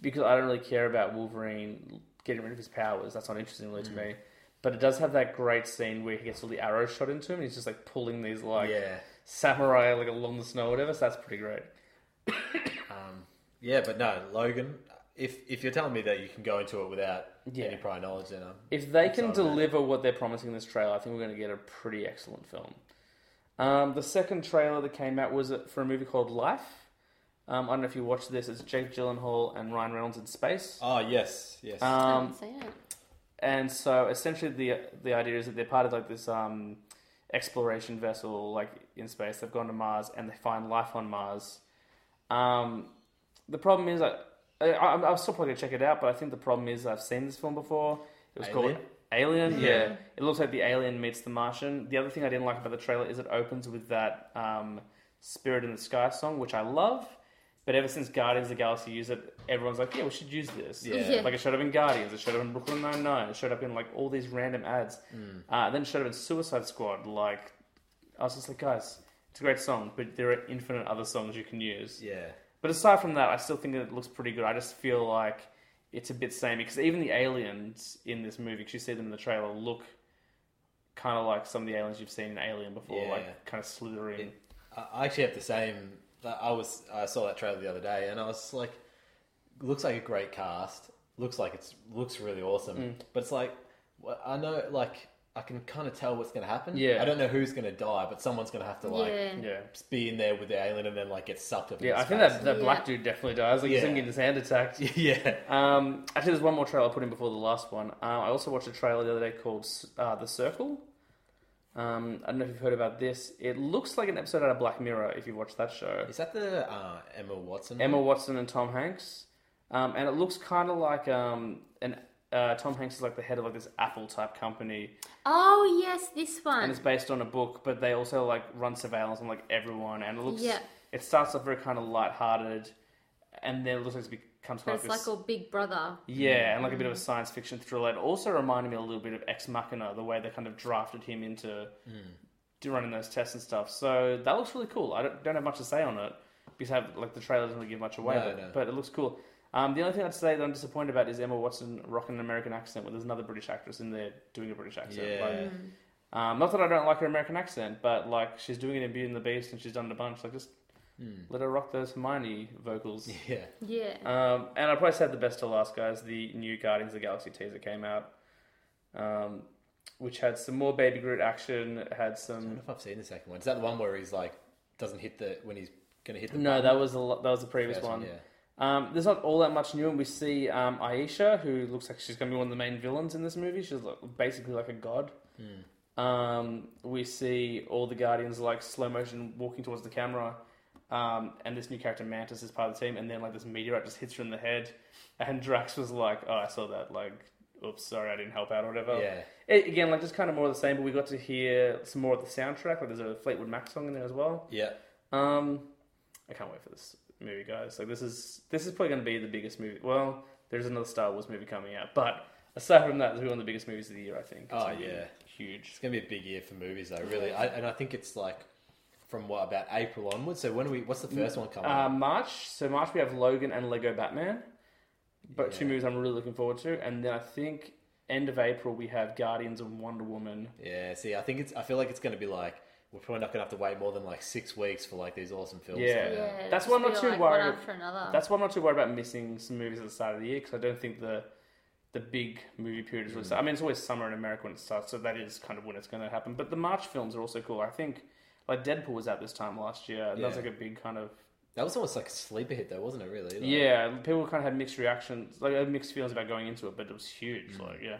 because I don't really care about Wolverine getting rid of his powers. That's not interesting really to me. But it does have that great scene where he gets all the arrows shot into him. and He's just like pulling these like Yeah. samurai like along the snow, or whatever. So that's pretty great. Yeah, but no, Logan. If if you're telling me that you can go into it without Yeah. any prior knowledge, then um, If they can Sorry, man. deliver what they're promising in this trailer, I think we're going to get a pretty excellent film. Um, the second trailer that came out was for a movie called Life. Um, I don't know if you watched this. It's Jake Gyllenhaal and Ryan Reynolds in space. oh yes, yes, I Um, haven't seen it. and so essentially the the idea is that they're part of like this um, exploration vessel like in space they've gone to mars and they find life on mars um, the problem is I, I, I'm, I'm still probably going to check it out but i think the problem is i've seen this film before it was Alien? called alien yeah. Yeah. it looks like the alien meets the martian the other thing i didn't like about the trailer is it opens with that um, spirit in the sky song which i love but ever since Guardians of the Galaxy used it, everyone's like, "Yeah, we should use this." Yeah. Yeah. Like it showed up in Guardians, it showed up in Brooklyn Nine Nine, it showed up in like all these random ads. Hmm. Uh, then it showed up in Suicide Squad. Like I was just like, guys, it's a great song, but there are infinite other songs you can use. yeah, But aside from that, I still think it looks pretty good. I just feel like it's a bit samey because even the aliens in this movie, because you see them in the trailer, look kind of like some of the aliens you've seen in Alien before, Yeah. like kind of slithering. I I actually have the same. I was I saw that trailer the other day, and I was like, looks like a great cast. Looks like it's looks really awesome, Mm. but it's like wha- I know like I can kind of tell what's going to happen. Yeah. I don't know who's going to die, but someone's going to have to like yeah. yeah. be in there with the alien and then like get sucked up. Yeah, I into think space. (laughs) that, that Yeah. black dude definitely dies. Like he's Yeah. getting his hand attacked. yeah, Um, actually, there's one more trailer I put in before the last one. Um, I also watched a trailer the other day called uh, The Circle. Um, I don't know if you've heard about this. It looks like an episode out of Black Mirror if you watched that show. is that the uh, Emma Watson? Emma Watson and Tom Hanks, um, and it looks kind of like um, an uh, Tom Hanks is like the head of like this Apple type company, Oh yes, this and one. it's based on a book. But they also like run surveillance on like everyone, and it looks Yeah. it starts off very kind of lighthearted, and then it looks like it becomes kind But of it's like this, like all Big Brother. yeah, and like a Mm. bit of a science fiction thriller. It also reminded me a little bit of Ex Machina, the way they kind of drafted him into Mm. do running those tests and stuff. So that looks really cool. I don't, don't have much to say on it because I have, like the trailer doesn't really give much away, No, but, no. but it looks cool. Um, the only thing I'd say that I'm disappointed about is Emma Watson rocking an American accent when there's another British actress in there doing a British accent. Yeah. Like, um, not that I don't like her American accent, but like she's doing it in Beauty and the Beast and she's done it a bunch. Like just let her rock those Hermione vocals. Mm. (laughs) yeah. Yeah. Um, and I probably said the best to last, guys. The new Guardians of the Galaxy teaser came out, um, which had some more Baby Groot action. It had I some. don't know if I've seen the second one. Is that the one where he's like doesn't hit the when he's going to hit the No, button? that was the that was the previous First one. one, yeah. Um, there's not all that much new, and we see um, Aisha, who looks like she's going to be one of the main villains in this movie. She's like, basically like a god. Hmm. Um, we see all the Guardians like slow motion walking towards the camera, um, and this new character Mantis is part of the team. And then like this meteorite just hits her in the head, and Drax was like, "Oh, I saw that. Like, oops, sorry, I didn't help out or whatever." Yeah. It- again, like just kind of more of the same. But we got to hear some more of the soundtrack. Like, there's a Fleetwood Mac song in there as well. yeah. Um, I can't wait for this movie, guys. Like this is this is probably going to be the biggest movie. Well, there's another Star Wars movie coming out, but aside from that, this will be one of the biggest movies of the year. I think. It's Oh, gonna be yeah. huge. It's gonna be a big year for movies, though. Really, I, and I think it's like from what about April onwards. So when are we? What's the first one coming? Uh, March. So March we have Logan and Lego Batman, but two Yeah. movies I'm really looking forward to, and then I think end of April we have Guardians and Wonder Woman. yeah. See, I think it's. I feel like it's gonna be like we're probably not gonna have to wait more than like six weeks for like these awesome films. Yeah. coming out. yeah That's just why I'm not feel too like worried. One after another. That's why I'm not too worried about missing some movies at the start of the year because I don't think the the big movie period is really. I mean, it's always summer in America when it starts, so that is kind of when it's going to happen. But the March films are also cool. I think like Deadpool was out this time last year. And That was Yeah. like a big kind of That was almost like a sleeper hit, though, wasn't it? Really. Like, yeah. People kind of had mixed reactions, like had mixed feelings about going into it, but it was huge. Like yeah.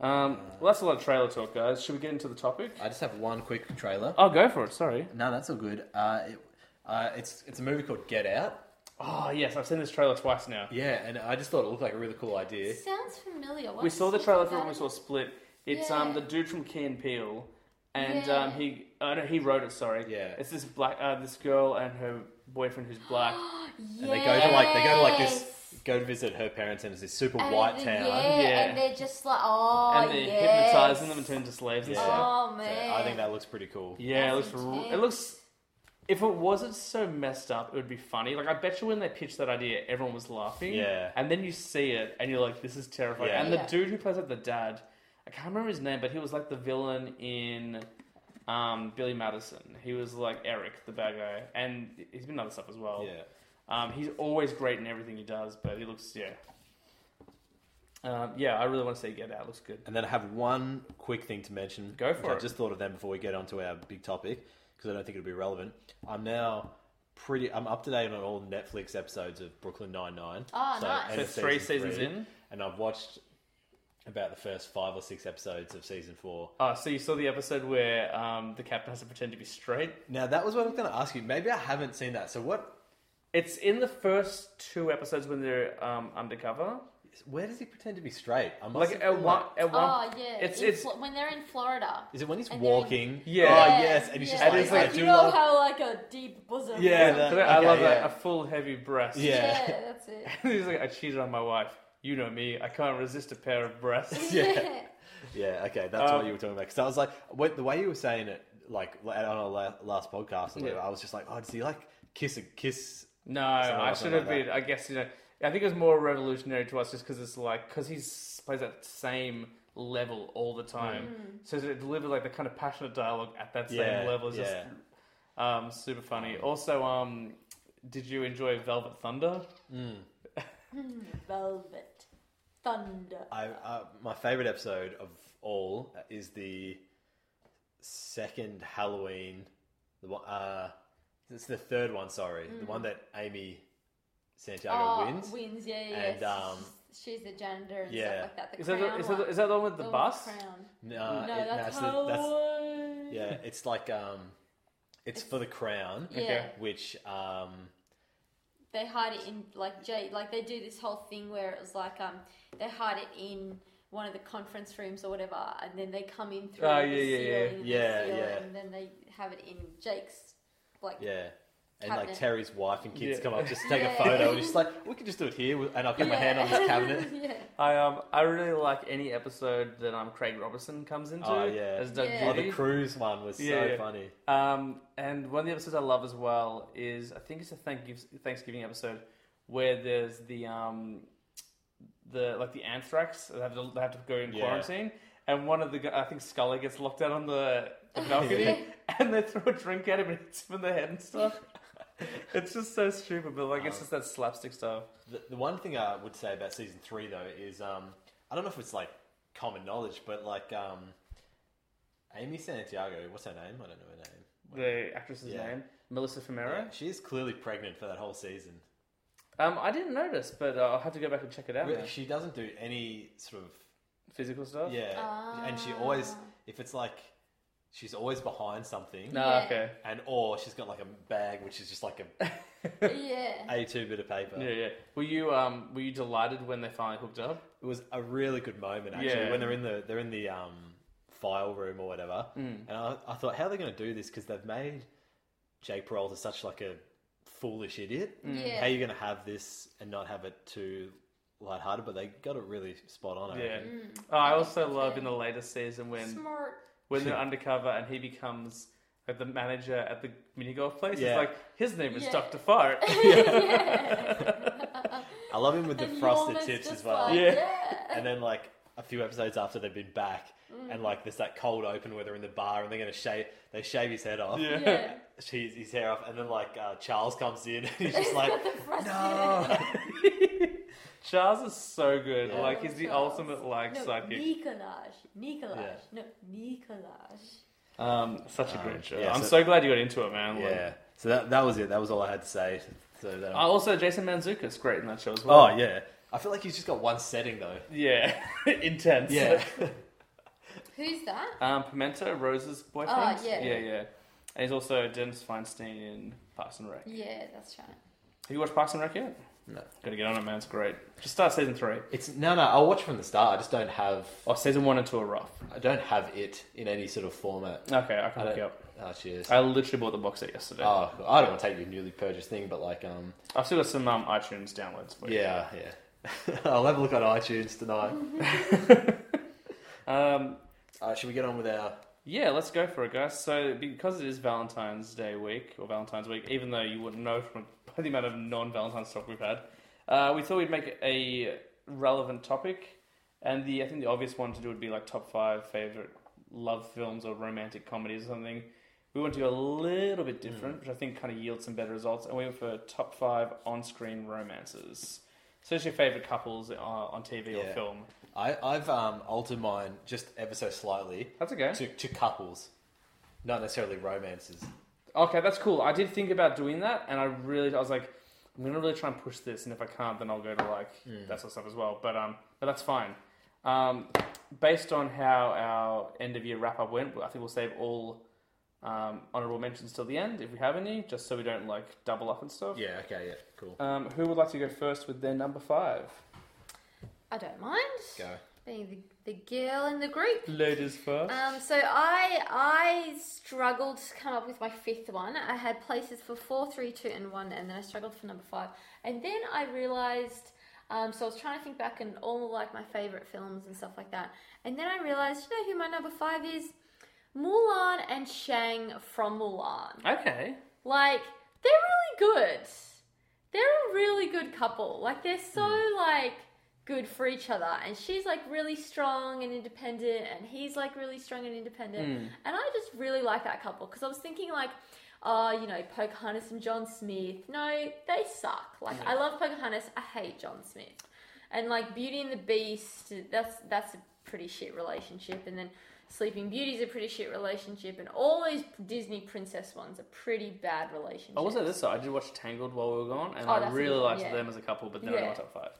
Um, well, that's a lot of trailer talk, guys. Should we get into the topic? I just have one quick trailer. Oh, go for it. Sorry. No, that's all good. Uh, it, uh, it's it's a movie called Get Out. Oh yes, I've seen this trailer twice now. Yeah, and I just thought it looked like a really cool idea. Sounds familiar. What We saw the is trailer that? for when we saw Split. It's Yeah. um the dude from Key and Peele, and Yeah. um he oh, no he wrote it. Sorry. Yeah. It's this black uh, this girl and her boyfriend who's (gasps) black. Yes. And they go to like they go to like this go to visit her parents and it's this super And white the- town. Yeah, Yeah. and they're just like, oh, and they're yes. hypnotizing them and turning to slaves and Yeah. stuff. Oh So man. I think that looks pretty cool. Yeah, it That's looks. r- It intense. looks. If it wasn't so messed up, it would be funny. Like I bet you when they pitched that idea, everyone was laughing. Yeah. And then you see it, and you're like, "This is terrifying." Yeah. And the Yeah. dude who plays like the dad, I can't remember his name, but he was like the villain in um, Billy Madison. He was like Eric, the bad guy, and he's been in other stuff as well. Yeah. Um, he's always great in everything he does, but he looks yeah. Um, yeah, I really want to see Get Out. Looks good. And then I have one quick thing to mention. Go for which I it. just thought of them before we get onto our big topic because I don't think it'll be relevant. I'm now pretty. I'm up to date on all Netflix episodes of Brooklyn Nine Nine. Oh, nice. end of So three season seasons three, in? and I've watched about the first five or six episodes of season four. Uh, so you saw the episode where um, the captain has to pretend to be straight. Now that was what I was going to ask you. Maybe I haven't seen that. So what? It's in the first two episodes when they're um, undercover. Where does he pretend to be straight? I must Like have at been one, at one, Oh yeah, It's in it's Flo- when they're in Florida. Is it when he's And they're in- walking? Yeah. Oh, Yeah, yes. And he's just yeah. like, And it's like, I you do know love. how like a deep bosom. Yeah, is? that- I okay, love yeah. that a full heavy breast. Yeah. yeah, (laughs) that's it. (laughs) he's like I cheated on my wife. You know me. I can't resist a pair (laughs) of breasts. Yeah. Yeah, okay, that's Um, what you were talking about. Because I was like, what, the way you were saying it, like la- on our la- last podcast, or whatever, Yeah. I was just like, oh, does he like kiss a kiss? No, Something I like should have that. been. I guess you know. I think it was more revolutionary to us just because it's like because he plays that same level all the time. So it delivered like the kind of passionate dialogue at that same Yeah, level is just um, super funny. Also, um, did you enjoy Velvet Thunder? Velvet thunder. I, uh, my favorite episode of all is the second Halloween. The one, uh, it's the third one. Sorry, the one that Amy Santiago Oh, wins. Wins, yeah, yeah. And, she's- um, she's the janitor and yeah. stuff like that. The Is that crown the, is that the, one. is that the one with the Oh, bus? crown. No, no, it- that's it's the- Halloween. yeah, it's like um, it's, for the crown, Yeah, Okay. which um, they hide it in like Jay, like they do this whole thing where it was like um they hide it in one of the conference rooms or whatever, and then they come in through Oh, the yeah, yeah, yeah. ceiling, Yeah, the ceiling, yeah. and then they have it in Jake's like (laughs) Yeah. And Cabinet. like Terry's wife and kids Yeah. come up just to take Yeah. a photo (laughs) and she's like, we can just do it here and I'll put my hand on this cabinet. yeah. I um I really like any episode that um Craig Robertson comes into. Oh, yeah. as Doug Yeah. Oh, Judy. the cruise one was Yeah, so yeah. funny. Um, and one of the episodes I love as well is I think it's a thank Thanksgiving episode where there's the um, the like the anthrax they have to, they have to go in Yeah. quarantine, and one of the gu- I think Scully gets locked out on the, the balcony, and they throw a drink at him and hits him in the head (laughs) and stuff. it's just so stupid, but like Oh. it's just that slapstick stuff. The, the one thing I would say about season three though is um, I don't know if it's like common knowledge, but like um, Amy Santiago, what's her name? I don't know her name. The actress's Yeah. name Melissa Fumero. She is clearly pregnant for that whole season. Um, I didn't notice, but uh, I'll have to go back and check it out. now. She doesn't do any sort of Physical stuff. yeah, and she always Ah. if it's like she's always behind something. No, Yeah. okay. And or she's got like a bag, which is just like a (laughs) Yeah. A two bit of paper. Yeah, yeah. Were you um were you delighted when they finally hooked up? It was a really good moment actually Yeah. when they're in the they're in the um, file room or whatever, Mm. and I, I thought how are they going to do this because they've made Jake Peralta such like a foolish idiot. Mm. Yeah. How are you going to have this and not have it too lighthearted? But they got it really spot on. I Yeah. reckon. Oh, I also love in the later season Mm. when Mm. Smart. (laughs) when they're undercover and he becomes like the manager at the mini golf place. Yeah. It's like his name is Yeah. Doctor (laughs) Fart. I love him with the And frosted Norman's tips just as well. like, Yeah. And then like a few episodes after they've been back, and like there's that cold open where they're in the bar and they're going to shave they shave his head off. (laughs) Yeah. Yeah. She's his hair off, and then like uh, Charles comes in, and he's (laughs) just like, Frosted. "No, (laughs) Charles is so good. Yeah. Like he's the Charles. ultimate like No, psychic. Nicolaj. Nicolaj. Yeah. No, Nicolaj. Um, such a great show. yeah, I'm so, so- glad you got into it, man. Like- yeah." So that that was it. That was all I had to say. So that, Uh, also, Jason Manzuka's great in that show as well. oh yeah, I feel like he's just got one setting though. (laughs) yeah, (laughs) intense. Yeah, Who's that? Um, Pimento, Rose's boyfriend. Oh, yeah. Yeah, yeah. And he's also Dennis Feinstein in Parks and Rec. Have Yeah, that's right. you watched Parks and Rec yet? No. Gotta get on it, man. It's great. Just start season three. It's no, no. I'll watch from the start. I just don't have. Oh, season one and two are rough. I don't have it in any sort of format. Okay, I can I look don't. you up. Oh, cheers. I literally bought the box set yesterday. Oh, I don't want to take your newly purchased thing, but like, um, I've still got some um, iTunes downloads for you. yeah, yeah. (laughs) I'll have a look on iTunes tonight. Um, Uh, should we get on with our? yeah, let's go for it, guys. So, because it is Valentine's Day week, or Valentine's week, even though you wouldn't know from (laughs) by the amount of non Valentine's talk we've had, uh, we thought we'd make a relevant topic. And the I think the obvious one to do would be like top five favorite love films or romantic comedies or something. We want to go a little bit different, which I think kind of yields some better results. And we went for top five on screen romances. So, it's your favorite couples uh, on TV or Yeah. film. I, I've um, altered mine just ever so slightly That's okay. to, to couples, not necessarily romances. Okay, that's cool. I did think about doing that, and I really, I was like, I'm gonna really try and push this, and if I can't, then I'll go to like that sort of stuff as well. But um, but that's fine. Um, based on how our end of year wrap up went, I think we'll save all um, honorable mentions till the end if we have any, just so we don't like double up and stuff. Yeah. Okay. Yeah. Cool. Um, who would like to go first with their number five? I don't mind Go. being the, the girl in the group. Ladies first. Um, so I I struggled to come up with my fifth one. I had places for four, three, two, and one, and then I struggled for number five. And then I realized. Um, so I was trying to think back and all like my favorite films and stuff like that. And then I realized, you know, who my number five is? Mulan and Shang from Mulan. okay. Like, they're really good. They're a really good couple. Like, they're so, Hmm. like, good for each other. And she's, like, really strong and independent, and he's, like, really strong and independent. Hmm. And I just really like that couple because I was thinking, like, oh, you know, Pocahontas and John Smith. No, they suck. Like, Hmm. I love Pocahontas, I hate John Smith. And, like, Beauty and the Beast, that's, that's a pretty shit relationship. And then Sleeping Beauty's a pretty shit relationship, and all these Disney princess ones are pretty bad relationships. I Oh, was at this side. I did watch Tangled while we were gone, and Oh, I that's a really good one, liked yeah. them as a couple, but then I Yeah. went top five.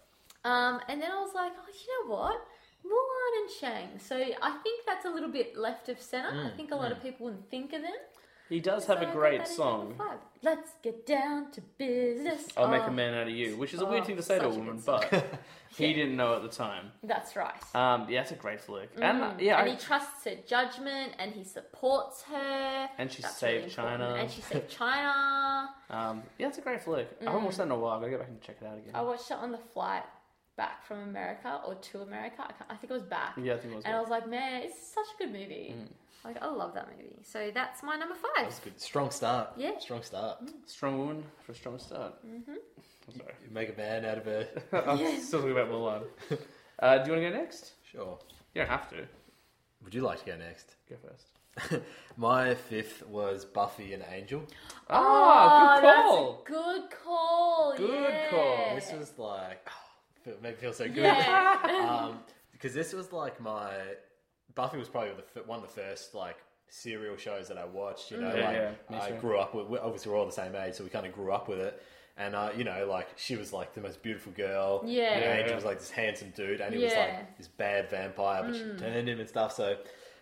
Um, and then I was like, oh, you know what? Mulan and Shang. So I think that's a little bit left of center. Mm, I think a lot of people wouldn't think of them. He does So have I a put that great in song. number five. Let's get down to business. I'll make Oh, a man out of you, which is a weird oh, thing to say to a such a woman, good song. (laughs) but he didn't know at the time. That's right. Um, yeah, that's a great flick, and uh, yeah, Mm, and I- he trusts her judgment, and he supports her. And she That's saved important. China. And she (laughs) saved China. um, yeah, it's a great flick. I Mm. haven't watched that in a while. I gotta go back and check it out again. I watched it on the flight back from America or to America. I, can't, I think it was back. Yeah, I think it was And back. Mm. I was like, man, it's such a good movie. Like, I love that movie. So that's my number five. That's good. Strong start. Yeah. Strong start. Strong woman for a (laughs) strong start. (laughs) You make a man out of a. I'm still talking about Mulan. (laughs) Uh, do you want to go next? sure. You don't have to. Go Would you like to go next? first. My fifth was Buffy and Angel. Ah, good Oh, That's call. a good call. Good yeah. call. This was like, oh, it made me feel so (laughs) good. (laughs) Yeah. Um, because this was like my Buffy was probably the, fir- one of the first like serial shows that I watched. You know, Yeah, like yeah, me I too. grew up with. we- Obviously, we're all the same age, so we kind of grew up with it. And uh, you know, like she was like the most beautiful girl. Yeah. And Yeah, Angel yeah. was like this handsome dude, and he was Yeah. like this bad vampire, but she turned him and stuff. So.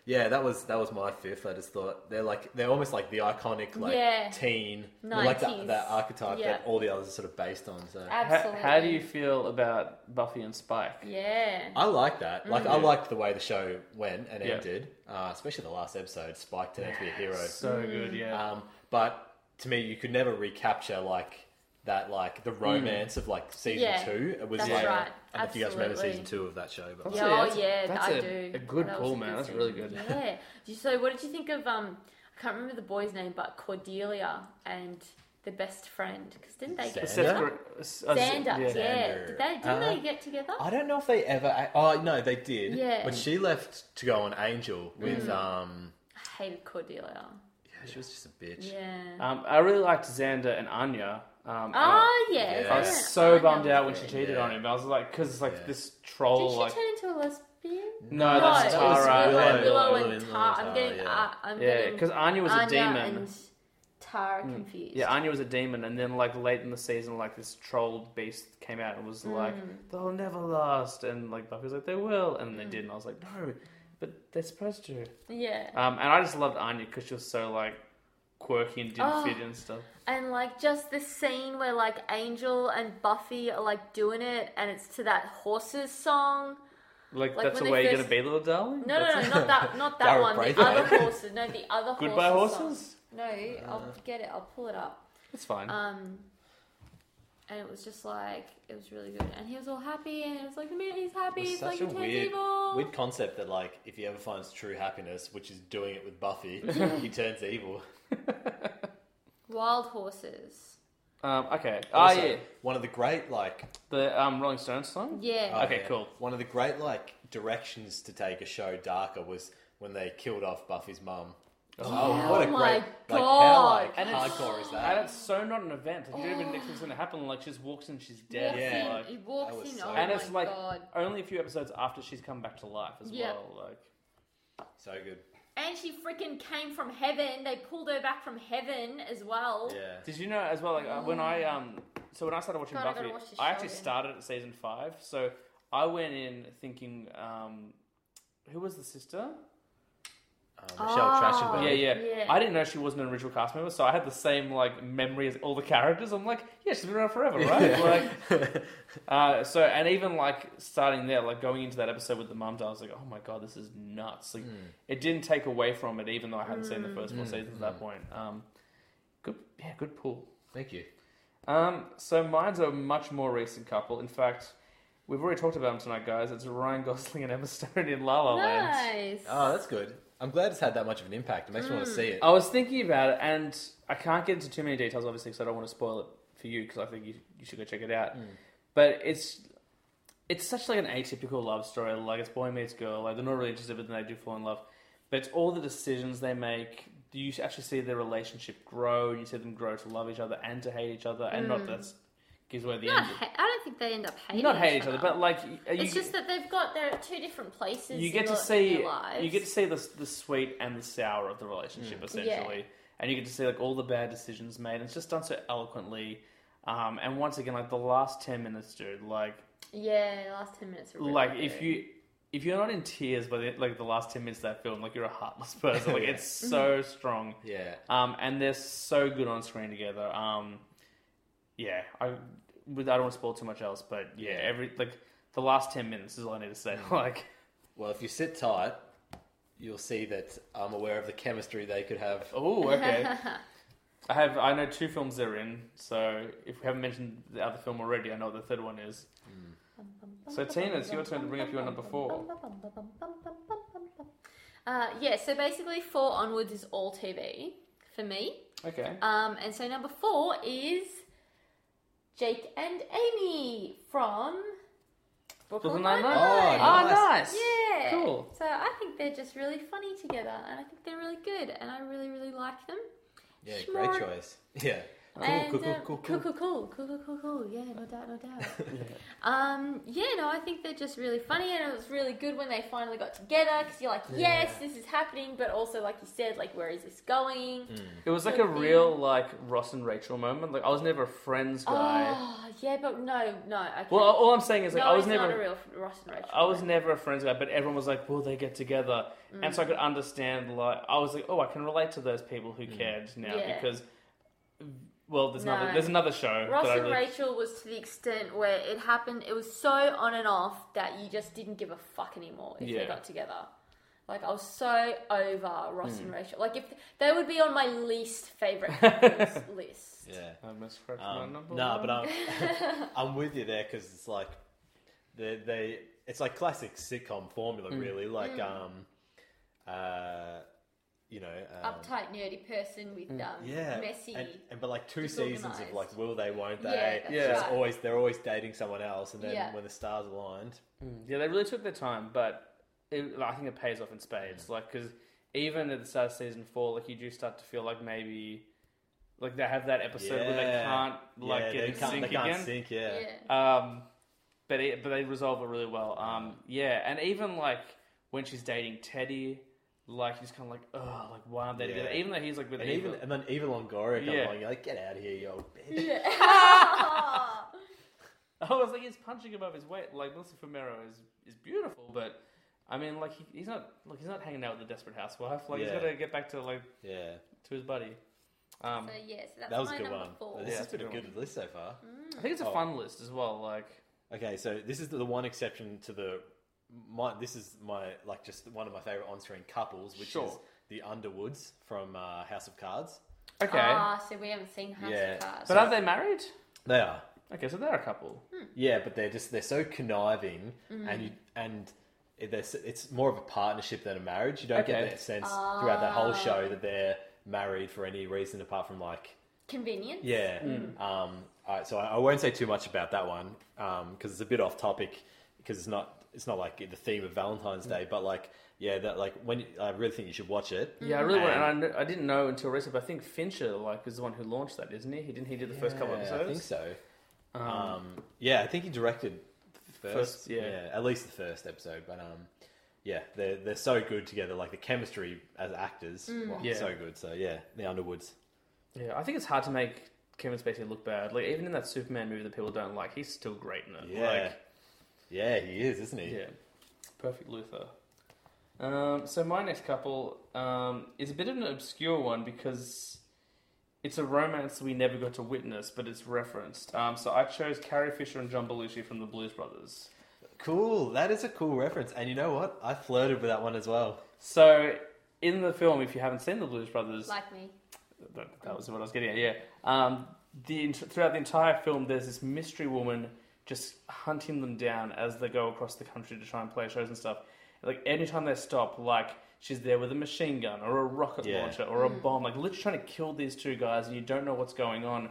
Yeah, that was that was my fifth. I just thought they're like they're almost like the iconic like Yeah. teen, like that, 90s. that archetype Yeah. that all the others are sort of based on. So Absolutely. How, how do you Oh, feel about Buffy and Spike? Yeah. I like that. Like Mm. I liked the way the show went and Yeah. ended, uh, especially the last episode. Spike turned out to be a hero. So Mm. good, Uh, yeah. Um, but to me, you could never recapture like that, like the romance of like season Mm. Yeah, two. It was that's like right. I don't know if you guys remember Absolutely. season two of that show, but Yeah, Yeah, oh, that's a- yeah, that's I a- do. a good That was call, a man. That's scene. really good. (laughs) Yeah. Do you- So, what did you think of? Um, I can't remember the boy's name, but Cordelia and the best friend. Because didn't they get Xander? Seth Xander? together? Gr- S- uh, Xander, yeah. yeah. Uh-huh. Did they, didn't they get together? I don't know if they ever. a- Oh no, they did. Yeah. Mm. But she left to go on Angel with um. I hated Cordelia. Yeah, she was just a bitch. Yeah. Um, I really liked Xander and Anya. Um, oh, yeah. yeah. I Yeah, was so I bummed know. out when she cheated Yeah. on him. I was like, because it's like Yeah. this Did troll, she like turn into a lesbian? no, that's No, that was Tara. Willow. and- Willow, Willow and and Tara. Tara, I'm getting, yeah. uh, I'm yeah, getting because Anya was a Anya demon. Mm. and Tara confused. Yeah, Anya was a demon, and then like late in the season, like this troll beast came out and was like, "They'll never last," and like Buffy was like, "They will," and they did, and I was like, "No, but they're supposed to. Yeah. Um, and I just loved Anya because she was so like quirky and didn't Oh. fit and stuff. And like just the scene where like Angel and Buffy are like doing it and it's to that horses song. Like, Like, that's the when they way you're first- gonna be, little darling. No, no, no, That's- (laughs) not that, not that Darren one. The Braithwaite. other horses. No, the other Goodbye horses. song. horses. No, Uh. I'll get it. I'll pull it up. It's fine. Um, and it was just like it was really good, and he was all happy, and it was like the minute he's happy, It's it's like such he a turns weird, evil. weird concept that like if he ever finds true happiness, which is doing it with (laughs) Buffy, he turns evil. Wild horses. um, okay. Ah, Also, yeah. One of the great like The um, Rolling Stones song. Yeah. oh, Okay, cool. One of the great like directions to take a show darker was when they killed off Buffy's mum. Oh, what a Oh great my like how God. like And it's- hardcore is And that? it's Uh, so not an event. Like, you don't even expect it's gonna happen. Like she just walks in, she's dead. Walks Yeah. Like, in, he walks That was in. so oh and my it's like god! only a few episodes after she's come back to life as Yeah. well. Like So good. And she freaking came from heaven. They pulled her back from heaven as well. Yeah. Did you know as well? Like uh, when I um, so when I started watching God, Mm. I gotta Buffy, watch this I show actually again. started at season five. So I went in thinking, um, who was the sister? Oh. Uh, Michelle Trachtenberg. yeah, yeah, yeah. I didn't know she wasn't an original cast member, so I had the same like memory as all the characters. I'm like, yeah, she's been around forever, (laughs) right? Like, uh, so and even like starting there, like going into that episode with the mums, I was like, oh my god, this is nuts. Like, it didn't take away from it, even though I hadn't seen the first four seasons at that point. Um, good, yeah, good pull. (laughs) Thank you. Um, so mine's a much more recent couple. In fact, we've already talked about them tonight, guys. It's Ryan Gosling and Emma Stone in La La Land. Nice. Oh, that's good. I'm glad it's had that much of an impact. It makes me want Mm. to see it. I was thinking about it, and I can't get into too many details, obviously, because I don't want to spoil it for you, because I think you, you should go check it out. But it's it's such like an atypical love story. Like it's boy meets girl. Like they're not really interested, but then they do fall in love. But it's all the decisions they make. You actually see their relationship grow. You see them grow to love each other and to hate each other, and not that gives away the Mm. Not end. ha- I don't think they end up hating. not hate each other, but like you, it's just that they've got they're at two different places. you get to in your- in see your lives. you get to see the the sweet and the sour of the relationship essentially, and you get to see like all the bad decisions made. And it's just done so eloquently, um, and once again, like the last ten minutes, dude, like yeah. the Last ten minutes. Are really like if good. you. If you're not in tears by the, like the last ten minutes of that film, like you're a heartless (laughs) person. (laughs) Like it's so Mm-hmm. strong, Yeah. um, and they're so good on screen together. Um, yeah, I, with, I don't want to spoil too much else, but yeah, every like the last ten minutes is all I need to say. (laughs) Like, Well, if you sit tight, you'll see that I'm aware of the chemistry they could have. Oh, (laughs) okay. I have. I know two films they're in. So if we haven't mentioned the other film already, I know what the third one is. So Tina, it's your turn to bring up your number four. Uh, yeah, so basically four onwards is all TV for me. Okay. Um, and so number four is Jake and Amy from Brooklyn Brooklyn Nine Nine-Nine. Nine. Oh, nice. Yeah. Cool. So I think they're just really funny together, and I think they're really good, and I really, really like them. Yeah, Smart. great choice. (laughs) Yeah. and, Cool, cool, uh, cool, cool, cool, cool, cool, cool, cool, cool, cool. Yeah, no doubt, no doubt. Um, yeah, no, I think they're just really funny, and it was really good when they finally got together because you're like, yes, this is happening, but also like you said, like where is this going? It was like a Good real like Ross and Rachel moment. Like I was never a friends guy. Oh, yeah, but no, no. Okay. Well, all I'm saying is like no, I was it's not a never. real Ross and Rachel. I was never a friends guy, but everyone was like, "Will they get together?" And so I could understand. Like, I was like, "Oh, I can relate to those people who cared now Yeah. because, well, there's No. another there's another show Ross that I and really Rachel was to the extent where it happened. It was so on and off that you just didn't give a fuck anymore if Yeah. they got together. Like I was so over Ross Mm. and Rachel. Like if they would be on my least (laughs) favorite couples list. Yeah. I miscorrected my number. No, one. Um, but I'm I'm (laughs) with you there because it's like they they it's like classic sitcom formula Hmm. really like um uh you know um, Uptight nerdy person with um, Mm. yeah messy. and, and but like two seasons of disorganized. like will they won't Yeah, they that's yeah right. always they're always dating someone else and then Yeah. when the stars aligned Yeah, they really took their time, but it, I think it pays off in spades. Like 'cause Like, because even at the start of season four, like you do start to feel like maybe, like they have that episode where they Yeah. can't like yeah, get they in can't, sync they can't again. sync yeah, yeah. Um, but it, but they resolve it really well. Um, yeah, and even like when she's dating Teddy, like he's kind of like, oh, like why aren't they Yeah. together? Even though he's like with And Eva. even and then even Longoria comes Yeah. along, you're like, get out of here, you old bitch. (laughs) I was like, he's punching above his weight. Like Melissa Fumero is is beautiful, but I mean, like he, he's not like he's not hanging out with the desperate housewife. Like he's Yeah. got to get back to like Yeah, to his buddy. Um, So yes, that's that was my a good number one. four. This Yeah, has been a that's a good list so far. I think it's a Oh. fun list as well. Like Okay, so this is the one exception to the my. This is my like just one of my favorite on-screen couples, which is Sure. the Underwoods from uh, House of Cards. okay, Uh, Ah, so we haven't seen House Yeah. of Cards. but are they married? They are. Okay, so they're a couple. Yeah, but they're just they're so conniving, and you and it- they're s- it's more of a partnership than a marriage. You don't Okay. get that sense Ah. throughout the whole show that they're married for any reason apart from like Convenience. yeah. Um, all right, so I, I won't say too much about that one because it's a bit off topic because it's not it's not like the theme of Valentine's Day, but like yeah, that like when you, I really think you should watch it. Yeah, I really want, and I, kn- I didn't know until recently. But I think Fincher like is the one who launched that, isn't he? He didn't he do the first couple Yeah, episodes? I think so. Um, yeah, I think he directed the first, First, yeah. at least the first episode. But um, yeah, they're they're so good together. Like the chemistry as actors, wow, Yeah. so good. So Mm. yeah, the Underwoods. Yeah, I think it's hard to make Kevin Spacey look bad. Like even in that Superman movie that people don't like, he's still great in it. Yeah, Like, yeah, he is, isn't he? yeah, perfect Luther. Um, so my next couple um, is a bit of an obscure one because it's a romance we never got to witness, but it's referenced. Um, so I chose Carrie Fisher and John Belushi from the Blues Brothers. Cool. That is a cool reference. And you know what? I flirted with that one as well. So in the film, if you haven't seen the Blues Brothers, Like me. that, that was what I was getting at. Yeah. Um, the ent- throughout the entire film, there's this mystery woman just hunting them down as they go across the country to try and play shows and stuff. Like anytime they stop, like she's there with a machine gun or a rocket Yeah. launcher or a bomb, like literally trying to kill these two guys, and you don't know what's going on.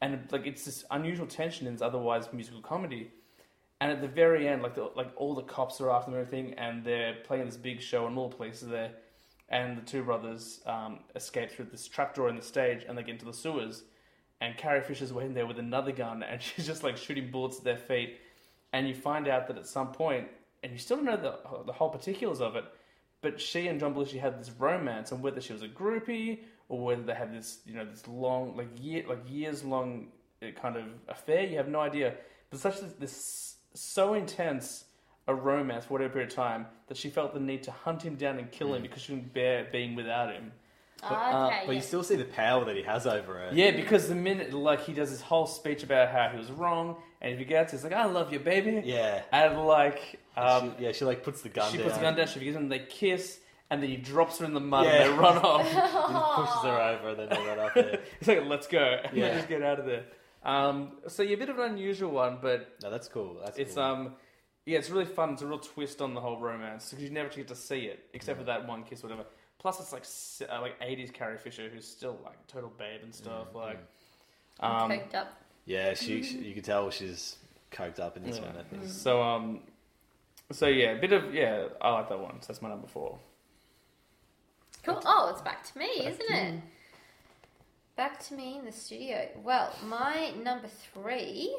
And like it's this unusual tension in this otherwise musical comedy. And at the very end, like the, like all the cops are after them and everything, and they're playing this big show, and all the police are there, and the two brothers um, escape through this trapdoor in the stage, and they get into the sewers, and Carrie Fisher's waiting there with another gun, and (laughs) she's just like shooting bullets at their feet, and you find out that at some point, and you still don't know the the whole particulars of it, but she and John Belushi had this romance, and whether she was a groupie or whether they had this, you know, this long, like year, like years long kind of affair, you have no idea. But such this, this so intense a romance for whatever period of time that she felt the need to hunt him down and Mm. kill him because she couldn't bear being without him. uh, Ah, okay. But you yeah. still see the power that he has over her. Yeah, because the minute like he does his whole speech about how he was wrong, and if he gets, he's like, "I love you, baby," Yeah. and like um, she, yeah, she like puts the gun she down. puts the gun down, she forgives him, they kiss, and then he drops her in the mud Yeah. and they run (laughs) off. Pushes her over and then they run up there. it's like, let's go. (laughs) And Yeah. they just get out of there. Um, so yeah, a bit of an unusual one, but (laughs) No, that's cool. That's it's cool. um yeah, it's really fun. It's a real twist on the whole romance because you never get to see it except for that one kiss, or whatever. Plus, it's like s- uh, like eighties Carrie Fisher, who's still like a total babe and stuff. Mm, Like, um, Coked up. Yeah, she, she you can tell she's coked up in this Yeah. one, I think. so um, so yeah, a bit of yeah, I like that one. So that's my number four. Cool. Oh, it's back to me, isn't it? Back to me in the studio. Well, my number three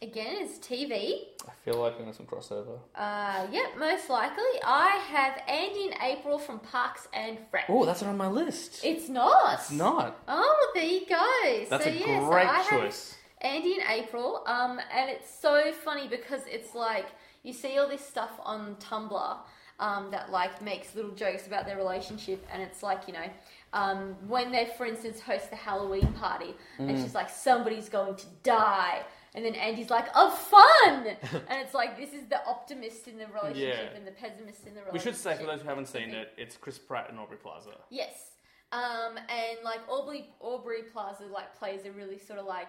again is TV. I feel like I'm some crossover. Uh, yep, most likely. I have Andy and April from Parks and Rec. Oh, that's not on my list. It's not. Not. Oh, there you go. That's so, a yeah, so great I have choice. Andy and April, um, and it's so funny because it's like you see all this stuff on Tumblr um, that like makes little jokes about their relationship, and it's like you know um, when they, for instance, host the Halloween party, Mm. and she's like, "Somebody's going to die." And then Andy's like, "Of (laughs) fun," and it's like this is the optimist in the relationship Yeah. and the pessimist in the relationship. We should say for those who haven't seen it, it's Chris Pratt and Aubrey Plaza. Yes. Um, and like Aubrey Aubrey Plaza like plays a really sort of like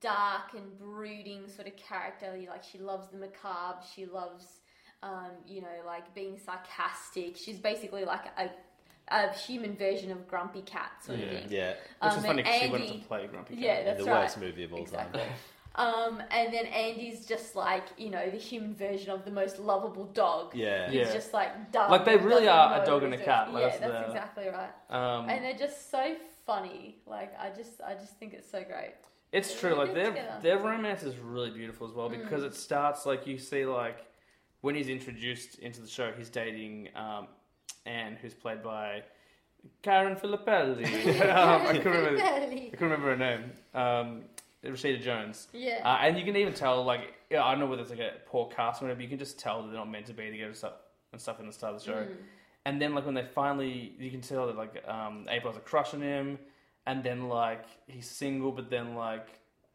dark and brooding sort of character. You- Like she loves the macabre. She loves um, you know like being sarcastic. She's basically like a, a human version of Grumpy Cat sort of thing. Yeah. Which Um, is and funny because she went on Andy- to play Grumpy Cat. Yeah, that's the right. worst movie of all exactly. time. Um, and then Andy's just like you know the human version of the most lovable dog. Yeah. He's Yeah. just like dumb. Like, they really doesn't are a know dog and a himself. cat, like, Yeah, that's that's the- exactly right. Um, and they're just so funny. Like I just, I just think it's so great. It's true. Like they're their together. Mm. their romance is really beautiful as well because it starts like you see like when he's introduced into the show, he's dating um, Anne, who's played by Karen Filippelli. (laughs) um, I couldn't remember. I Barely. couldn't remember her name. Um, Rashida Jones. Yeah. Uh, and you can even tell like yeah, I don't know whether it's like a poor cast or whatever. You can just tell that they're not meant to be together. So and stuff in the start of the show. Mm-hmm. And then like when they finally, you can tell that like um, April's a crush on him, and then like he's single, but then like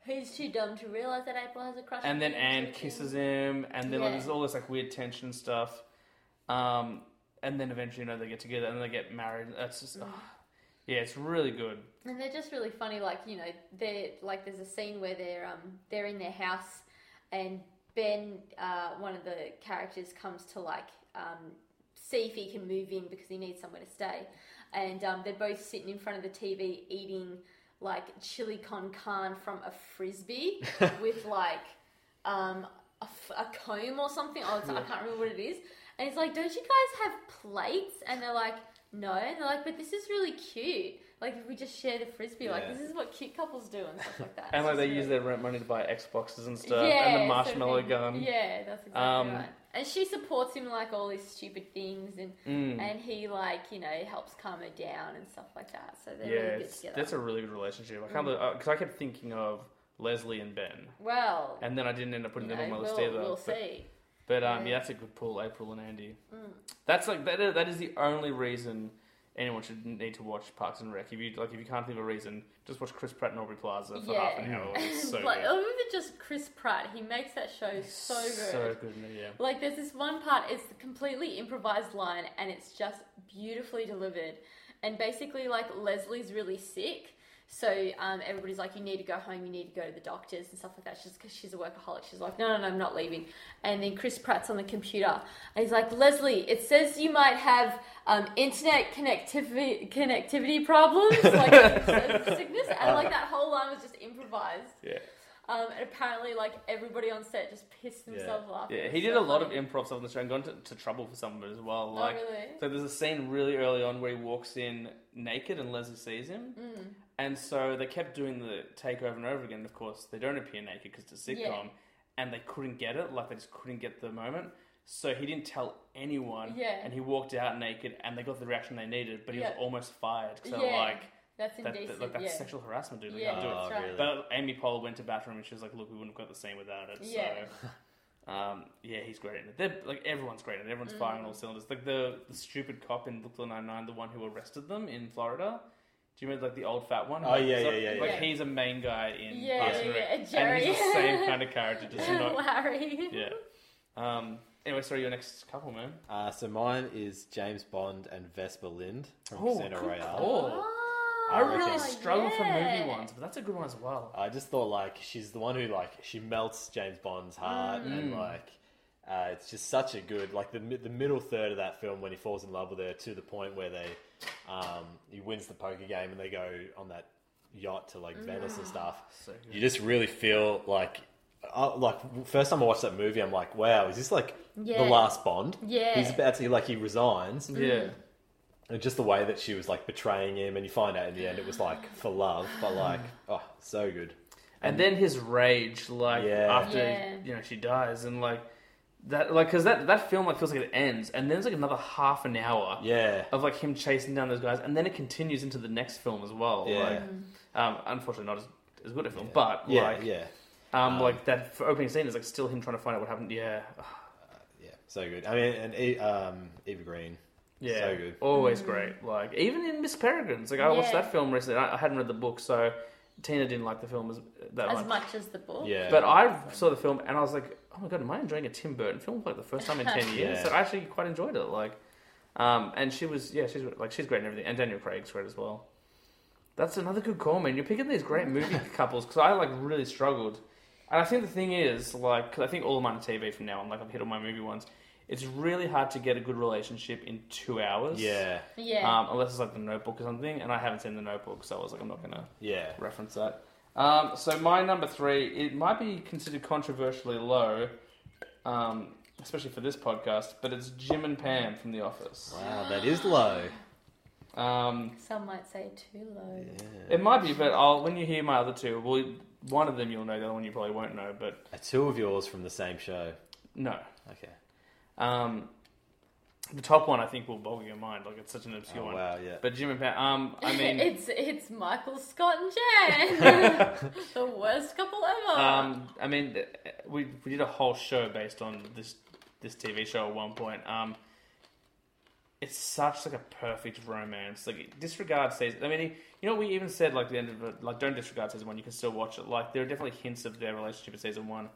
Who's too dumb to realize that April has a crush? and on (sighs) then him? Anne Sort of kisses (laughs) thing. him, and then like Yeah. there's all this like weird tension and stuff. Um, and then eventually, you know, they get together and they get married. That's just, ah. (sighs) yeah, it's really good. And they're just really funny. Like you know, they're like there's a scene where they're um they're in their house, and Ben, uh, one of the characters, comes to like um see if he can move in because he needs somewhere to stay, and um, they're both sitting in front of the TV eating like chili con carne from a frisbee (laughs) with like um a, f- a comb or something. Oh, it's, I can't remember what it is. And he's like, "Don't you guys have plates?" And they're like, "No." And they're like, "But this is really cute. Like if we just share the frisbee, like Yeah. this is what cute couples do and stuff like that." And like It's just they use really- their rent money to buy Xboxes uh, and stuff, and the sort of marshmallow thing. gun. Yeah, that's exactly Um, right. And she supports him like all these stupid things, and Mm. and he like you know helps calm her down and stuff like that. So they're Yeah, really good it's- together. Mm-hmm. that's a really good relationship. I can't because I kept thinking of Leslie and Ben, well, and then I didn't end up putting you know, them on my list we'll, either. we'll but, see. but, um, Yeah. yeah. that's a good pull, April and Andy. Mm. That's like that. Is, that is the only reason anyone should need to watch Parks and Rec. If you like, if you can't think of a reason, just watch Chris Pratt and Aubrey Plaza for half an hour. (laughs) It's so like, good. I remember just Chris Pratt. He makes that show so good. So good, yeah. Like there's this one part, it's a completely improvised line and it's just beautifully delivered. And basically like Leslie's really sick. So um, everybody's like, you need to go home, you need to go to the doctors and stuff like that. She's because she's a workaholic. She's like, no, no, no, I'm not leaving. And then Chris Pratt's on the computer and he's like, Leslie, it says you might have um, internet connectivity (laughs) connectivity problems, like sickness. And like that whole line was just improvised. Yeah. Um, and apparently, like everybody on set just pissed themselves laughing. Yeah, It's he did so a lot of funny. improv stuff on the show and got into to trouble for some of it as well. Oh, Like, really? so there's a scene really early on where he walks in naked and Leslie sees him, Mm. and so they kept doing the take over and over again. Of course, they don't appear naked because it's a sitcom, Yeah. and they couldn't get it. Like they just couldn't get the moment. So he didn't tell anyone, Yeah. and he walked out naked, and they got the reaction they needed. But he was Yeah. almost fired because they were Yeah. like, That's that, indecent. that- like, that's yeah. sexual harassment, dude. They Yeah, can't do it. that's Oh, right. really? But Amy Poehler went to bathroom and she was like, "Look, we wouldn't have got the scene without it." Yeah. So, (laughs) um, yeah, he's great in it. They're, like everyone's great in it. Everyone's firing on Mm. all cylinders. Like the, the stupid cop in Brooklyn Nine Nine, the one who arrested them in Florida. Do you remember like the old fat one? Oh, yeah, So, yeah, yeah, Like yeah. he's a main guy in Yeah, Parks yeah, and yeah, Rec, Jerry. and he's the same (laughs) kind of character, just not. Larry. Yeah. Um. Anyway, sorry, your next couple, man. Uh, so mine is James Bond and Vespa Lind from Oh, Casino good Royale. call. Oh, I really struggle for yeah. movie ones, but that's a good one as well. I just thought like she's the one who like she melts James Bond's heart Mm. and like uh, it's just such a good like the mi- the middle third of that film when he falls in love with her to the point where they um, he wins the poker game and they go on that yacht to like Venice Mm. and stuff. good. you just really feel like. I, like first time I watched that movie, I'm like, "Wow, is this like Yeah. the last Bond?" Yeah. he's about to like he resigns, Yeah. and just the way that she was like betraying him, and you find out in the end it was like for love, but (sighs) like, oh, so good. and then his rage like Yeah. after Yeah. you know she dies and like that like because that that film like feels like it ends and then there's like another half an hour Yeah. of like him chasing down those guys and then it continues into the next film as well Yeah. like Mm-hmm. um unfortunately not as, as good a film but Yeah, like yeah, um, like that f- opening scene is like still him trying to find out what happened yeah (sighs) yeah. So good. I mean, and E- um, Eva Green. yeah So good. always great like even in Miss Peregrine's like I watched Mm-hmm. Yeah. that film recently I I hadn't read the book so Tina didn't like the film as that As much as the book. Yeah. But I saw the film and I was like, oh my god, am I enjoying a Tim Burton film for like the first time in ten years? Yeah. So I actually quite enjoyed it. Like, um, and she was yeah, she's like she's great and everything, and Daniel Craig's great as well. That's another good call, man. You're picking these great movie couples because I like really struggled, and I think the thing is like 'cause I think all of mine are TV from now on. Like I've hit all my movie ones. It's really hard to get a good relationship in two hours. yeah, Yeah. Um, unless it's like the Notebook or something, and I haven't seen the Notebook, so I was like, I'm not gonna yeah. reference that. Um, so my number three, it might be considered controversially low, um, especially for this podcast, but it's Jim and Pam from The Office. Wow, that is low. Um, Some might say too low. (laughs) it might be, but I'll, when you hear my other two, well, one of them you'll know, the other one you probably won't know, but Are two of yours from the same show? no. Okay. Um, the top one I think will boggle your mind, like it's such an obscure Oh, one. wow, yeah. But Jim and Pam, um, (laughs) I mean, it's it's Michael Scott and Jan, (laughs) (laughs) the worst couple ever. Um, I mean, th- we, we did a whole show based on this this TV show at one point. Um, it's such like a perfect romance. Like disregard season. I mean, he- you know, we even said like the end of it, like don't disregard season one. You can still watch it. Like there are definitely hints of their relationship in season one,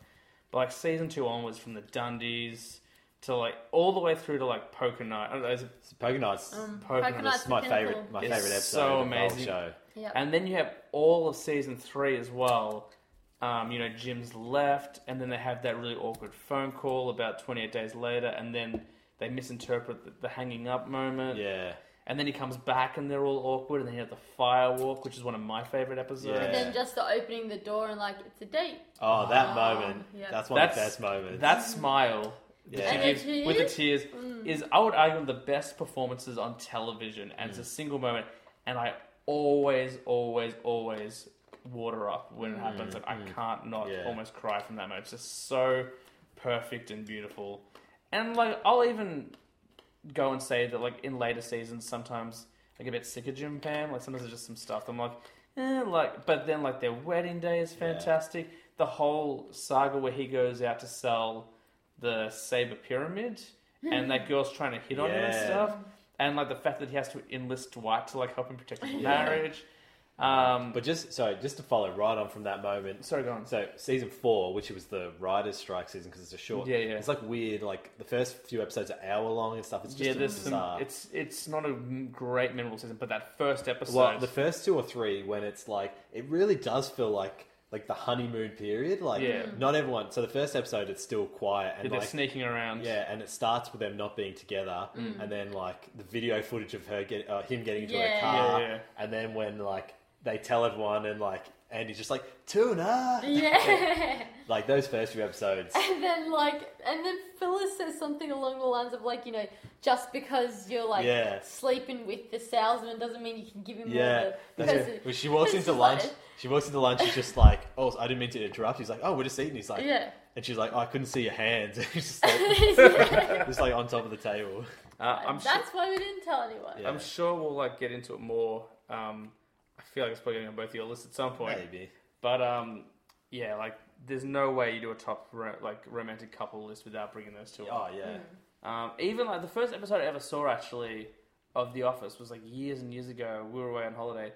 but like season two onwards, from the Dundies to like all the way through to like Poker Night. I don't know, is it So Poker Nights Poker Poker Night? Night's is my the Um, pinnacle. favorite. My It's favorite episode. so of the whole amazing. show. Yeah. And then you have all of season three as well. Um, you know, Jim's left, and then they have that really awkward phone call about 28 days later, and then they misinterpret the, the hanging up moment. Yeah. And then he comes back, and they're all awkward, and then you have the fire walk, which is one of my favorite episodes. Yeah. Then just the opening the door and like it's a (laughs) date. Oh, that moment. yeah. That's one of the best moments. That smile yeah. And then- gives tears? with the tears Mm. is, I would argue, one of the best performances on television, and it's a single moment. And I always, always, always water up when it happens. Like I can't not Yeah. almost cry from that moment. It's just so perfect and beautiful. And like I'll even go and say that like in later seasons sometimes I get a bit sick of Jim Pam. Like sometimes there's just some stuff that I'm like, eh, like. But then like their wedding day is fantastic. The whole saga where he goes out to sell the saber pyramid, and that girl's trying to hit on him and Yeah. stuff. And like the fact that he has to enlist Dwight to like help him protect his marriage. Um, But just sorry, just to follow right on from that moment. Sorry, go on. So season four, which was the writers' strike season because it's a short. Yeah, yeah. It's like weird. Like the first few episodes are hour long and stuff. It's just yeah, a there's some. bizarre. It's it's not a great memorable season, but that first episode. well, the first two or three when it's like it really does feel like like the honeymoon period. Like Yeah. Mm. not everyone. So the first episode, it's still quiet and they're like sneaking around. Yeah, and it starts with them not being together, and then like the video footage of her get uh, him getting into Mm. Yeah. her car, Yeah, yeah. and then when like they tell everyone, and like Andy's just like tuna, Yeah. like those first few episodes. and then like and then Phyllis says something along the lines of like, you know, just because you're like Yeah. sleeping with the salesman doesn't mean you can give him all Yeah, the that's because it. When she walks it's into lunch, like- she walks into lunch. She's just like, "Oh, I didn't mean to interrupt." He's like, "Oh, we're just eating." He's like, Yeah. and she's like, "Oh, "I couldn't see your hands." (laughs) And he's (laughs) just like, just like on top of the table. uh, I'm su- That's why we didn't tell anyone. Yeah. I'm sure we'll like get into it more. Um, I feel like it's probably going on both your lists at some point. Maybe. But um, yeah, like there's no way you do a top ro- like romantic couple list without bringing those two. Oh up. yeah. Um, even like the first episode I ever saw actually of The Office was like years and years ago. We were away on holiday,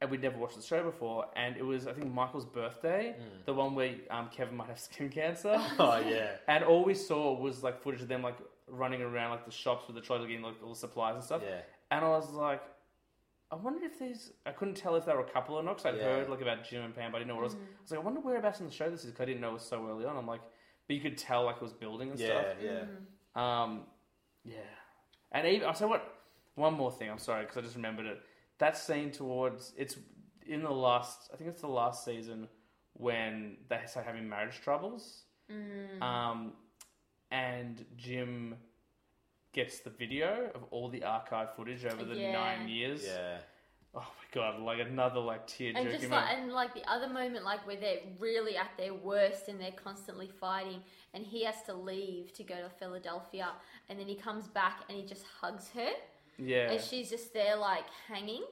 and we'd never watched the show before. And it was I think Michael's birthday, Hmm. the one where um, Kevin might have (laughs) skin (laughs) cancer. Oh yeah. And all we saw was like footage of them like running around like the shops with the trolley getting like all the supplies and stuff. Yeah. And I was like, I wonder if these. I couldn't tell if they were a couple or not because I'd Yeah. heard like about Jim and Pam, but I didn't know what it was. I was like, I wonder whereabouts in the show this is because I didn't know it was so early on. I'm like, but you could tell like it was building and Yeah. stuff. Yeah. Um, yeah. And even I so what? One more thing. I'm sorry because I just remembered it. That scene towards it's in the last. I think it's the last season when they start having marriage troubles. Mm. Um, and Jim gets the video of all the archive footage over the Yeah. nine years. Yeah. Oh my god! Like another like tear And jerking just like moment. and like the other moment, like where they're really at their worst and they're constantly fighting, and he has to leave to go to Philadelphia, and then he comes back and he just hugs her, Yeah. Hmm. and she's just there like hanging,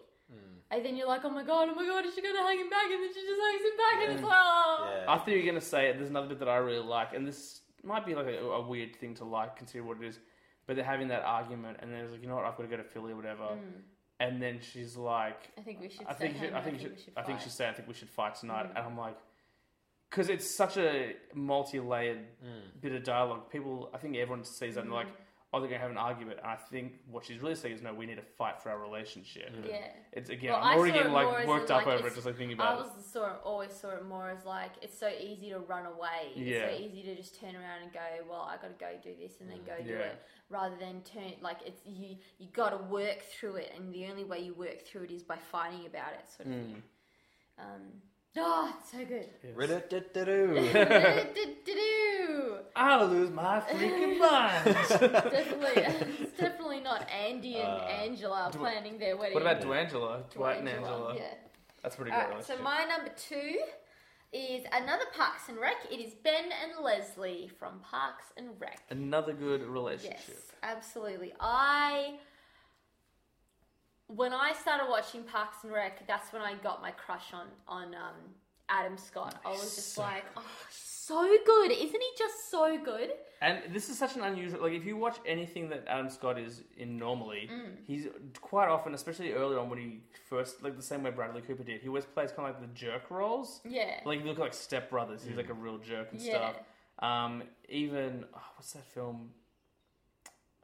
and then you're like, oh my god, oh my god, is she gonna hug him back? And then she just hugs him back, and it's like, oh. Yeah. I thought you were gonna say it. There's another bit that I really like, and this might be like a, a weird thing to like, consider what it is. But they're having that argument, and then it's like, you know what? I've got to go to Philly or whatever. Hmm. And then she's like, I think we should. I say think, you should, her I name. think, you should, we I think fight. Hmm. she said, I think we should fight tonight. And I'm like, because it's such a multi-layered bit of dialogue. People, I think everyone sees that and they're like, Hmm. oh, they're gonna have an argument. And I think what she's really saying is, no, we need to fight for our relationship. Yeah. It's again, Well, I I'm already saw getting it more as like in, worked like, up over it's- it just like thinking I about it. was saw always saw it more as like it's so easy to run away. Yeah. It's so easy to just turn around and go, well, I got to go do this and then go do Yeah. it, rather than turn like it's (laughs) you you got to work through it, and the only way you work through it is by fighting about it, sort of Hmm. thing. Um, oh, it's so good. Rid-a-da-da-doo. Do-do-do-do. I'll lose my (laughs) freaking mind. definitely, (laughs) it's definitely not Andy and Angela planning their wedding. Uh, What about D'Angelo? Dwight and Angela. Yeah. That's a pretty good. All right, Uh, so relationship. my number two is another Parks and Rec. It is Ben and Leslie from Parks and Rec. Another good relationship. Yes, absolutely. I when I started watching Parks and Rec, that's when I got my crush on on um, Adam Scott. I was just like, oh, so good. Isn't he just so good? And this is such an unusual. Like, if you watch anything that Adam Scott is in normally, Mm. he's quite often, especially early on when he first, like the same way Bradley Cooper did, he always plays kind of like the jerk roles. Yeah. Like, if you look at, like Step Brothers, he's like a real jerk and Yeah. stuff. Um, even, oh, what's that film?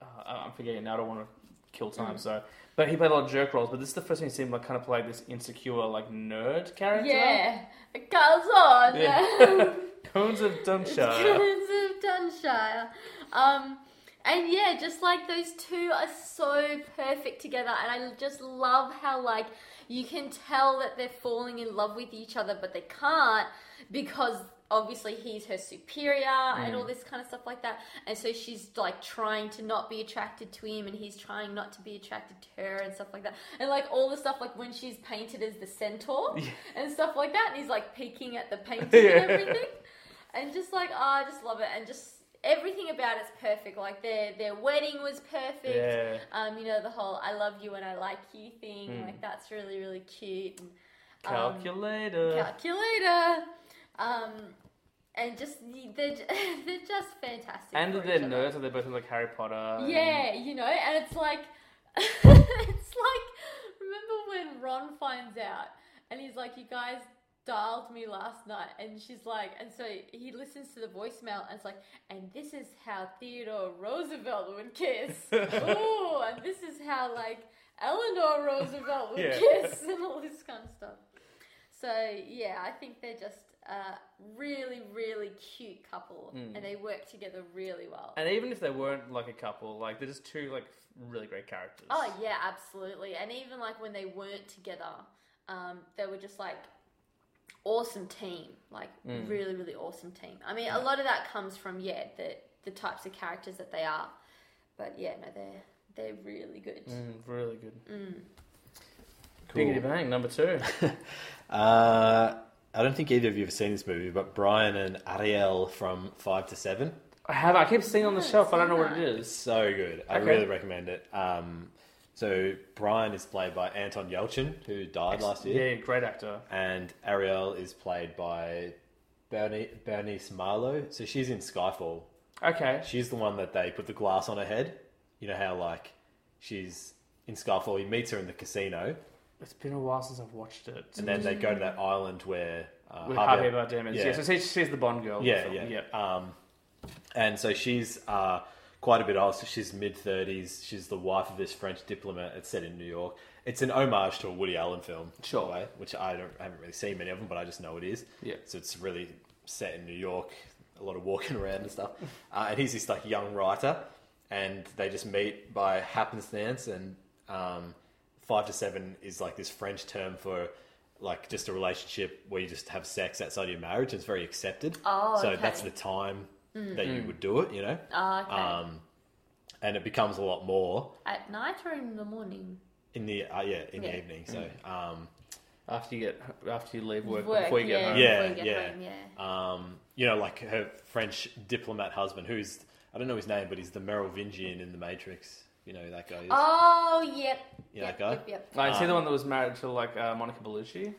Uh, I- I'm forgetting now, I don't want to kill Mm. time, so. But he played a lot of jerk roles, but this is the first time you see him like kind of play this insecure, like nerd character. Yeah. Goes on. (laughs) Yeah. (laughs) Cones of Dunshire. It's Dunshire. Um, and yeah, just like those two are so perfect together, and I just love how like you can tell that they're falling in love with each other, but they can't because obviously he's her superior and Mm. all this kind of stuff like that. And so she's like trying to not be attracted to him, and he's trying not to be attracted to her, and stuff like that. And like all the stuff like when she's painted as (laughs) the centaur and stuff like that, and he's like peeking at the painting Yeah. and everything and just like oh, I just love it, and just everything about it's perfect. Like their their wedding was perfect. Yeah. Um, you know the whole "I love you and I like you" thing. Mm. Like that's really really cute. And, um, Calculator. calculator. Um, and just they're ju- (laughs) they're just fantastic. and for they're each other. nerds, and they're both in like Harry Potter. and- Yeah, you know, and it's like, (laughs) it's like, remember when Ron finds out and he's like, you guys dialed me last night, and she's like, and so he listens to the voicemail and it's like, and this is how Theodore Roosevelt would kiss. Ooh, and this is how, like, Eleanor Roosevelt would Yeah. kiss, and all this kind of stuff. So yeah, I think they're just a really, really cute couple, and they work together really well. And even if they weren't like a couple, like they're just two like really great characters. Oh yeah, absolutely. And even like when they weren't together, um, they were just like awesome team, like Mm. really, really awesome team. I mean, a lot of that comes from yeah the the types of characters that they are, but yeah, no, they're they're really good. Mm, really good. Cool. Biggity bang number (laughs) two. (laughs) Uh, I don't think either of you have seen this movie, but Brian and Ariel from Five to Seven. I have. I keep seeing it on the shelf. I don't know what it is. So good. I Okay. really recommend it. Um, so Brian is played by Anton Yelchin, who died last year, Yeah, great actor. and Ariel is played by Berni- Bernice Marlowe. So she's in Skyfall. Okay. She's the one that they put the glass on her head. You know how like she's in Skyfall. He meets her in the casino, It's been a while since I've watched it. and then they go to that island where uh, With Javier- Harvey Bardem. Yeah. yeah. So she's, she's the Bond girl. in the Yeah, film. yeah, yeah. Um, and so she's uh, quite a bit older. So she's mid thirties. She's the wife of this French diplomat. It's set in New York. It's an homage to a Woody Allen film, Sure. way, which I don't I haven't really seen many of them, but I just know it is. Yeah. So it's really set in New York. A lot of walking (laughs) around and stuff. Uh, and he's this like young writer, and they just meet by happenstance. And um, five to seven is like this French term for. Like just a relationship where you just have sex outside of your marriage, it's very accepted. Oh, so okay. that's the time that Mm. you would do it, you know? Ah, okay. Um, and it becomes a lot more At night or in the morning? in the uh, yeah in Yeah. the evening. So Mm. um, After you get after you leave work, Work, before you get yeah, home. Yeah, before you get yeah. home, yeah. um, you know, like her French diplomat husband, who's I don't know his name, but he's the Merovingian in the Matrix. You know who that guy. Is. Oh, yep. You yep, like that? yep, yep. Like, Uh-huh. see the one that was married to like uh, Monica Bellucci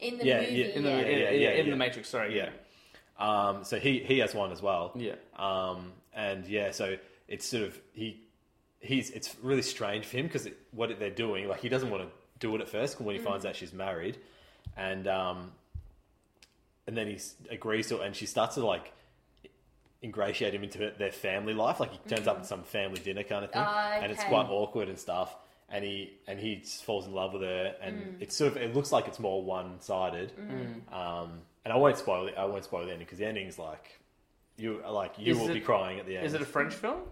In the Yeah, movie, yeah, in the yeah. in, yeah, in- yeah, in yeah. the Matrix. Sorry. yeah. Um, so he he has one as well. Yeah. Um, and yeah, so it's sort of he he's it's really strange for him because it, what they're doing, like he doesn't want to do it at first Mm. when he finds out she's married, and um, and then he s- agrees to it, and she starts to like ingratiate him into their family life. Like he turns up at some family dinner kind of thing, Mm. Ah, and it's okay. quite awkward and stuff. And he and he just falls in love with her, and Mm. it's sort of it looks like it's more one sided. Um, and I won't spoil it. I won't spoil the ending because the ending's like you like you Is will it- be crying at the end. Is it a French film?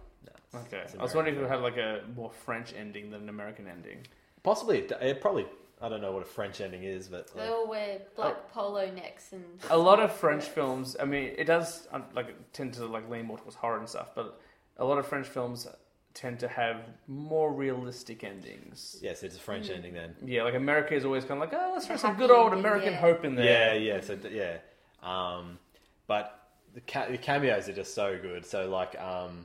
No, Okay. it's I was American. wondering if it had like a more French ending than an American ending. Possibly, it, it probably. I don't know what a French ending is, but They like, all wear Oh. black polo necks and. A lot of French films. I mean, it does um, like tend to like lean more towards horror and stuff, but a lot of French films tend to have more realistic endings. yes, it's a French ending then. Yeah, like America is always kind of like, oh, let's throw some Happy good old ending, American yeah. hope in Yeah, there. yeah. So d- yeah, um, but the, ca- the cameos are just so good. So like, um,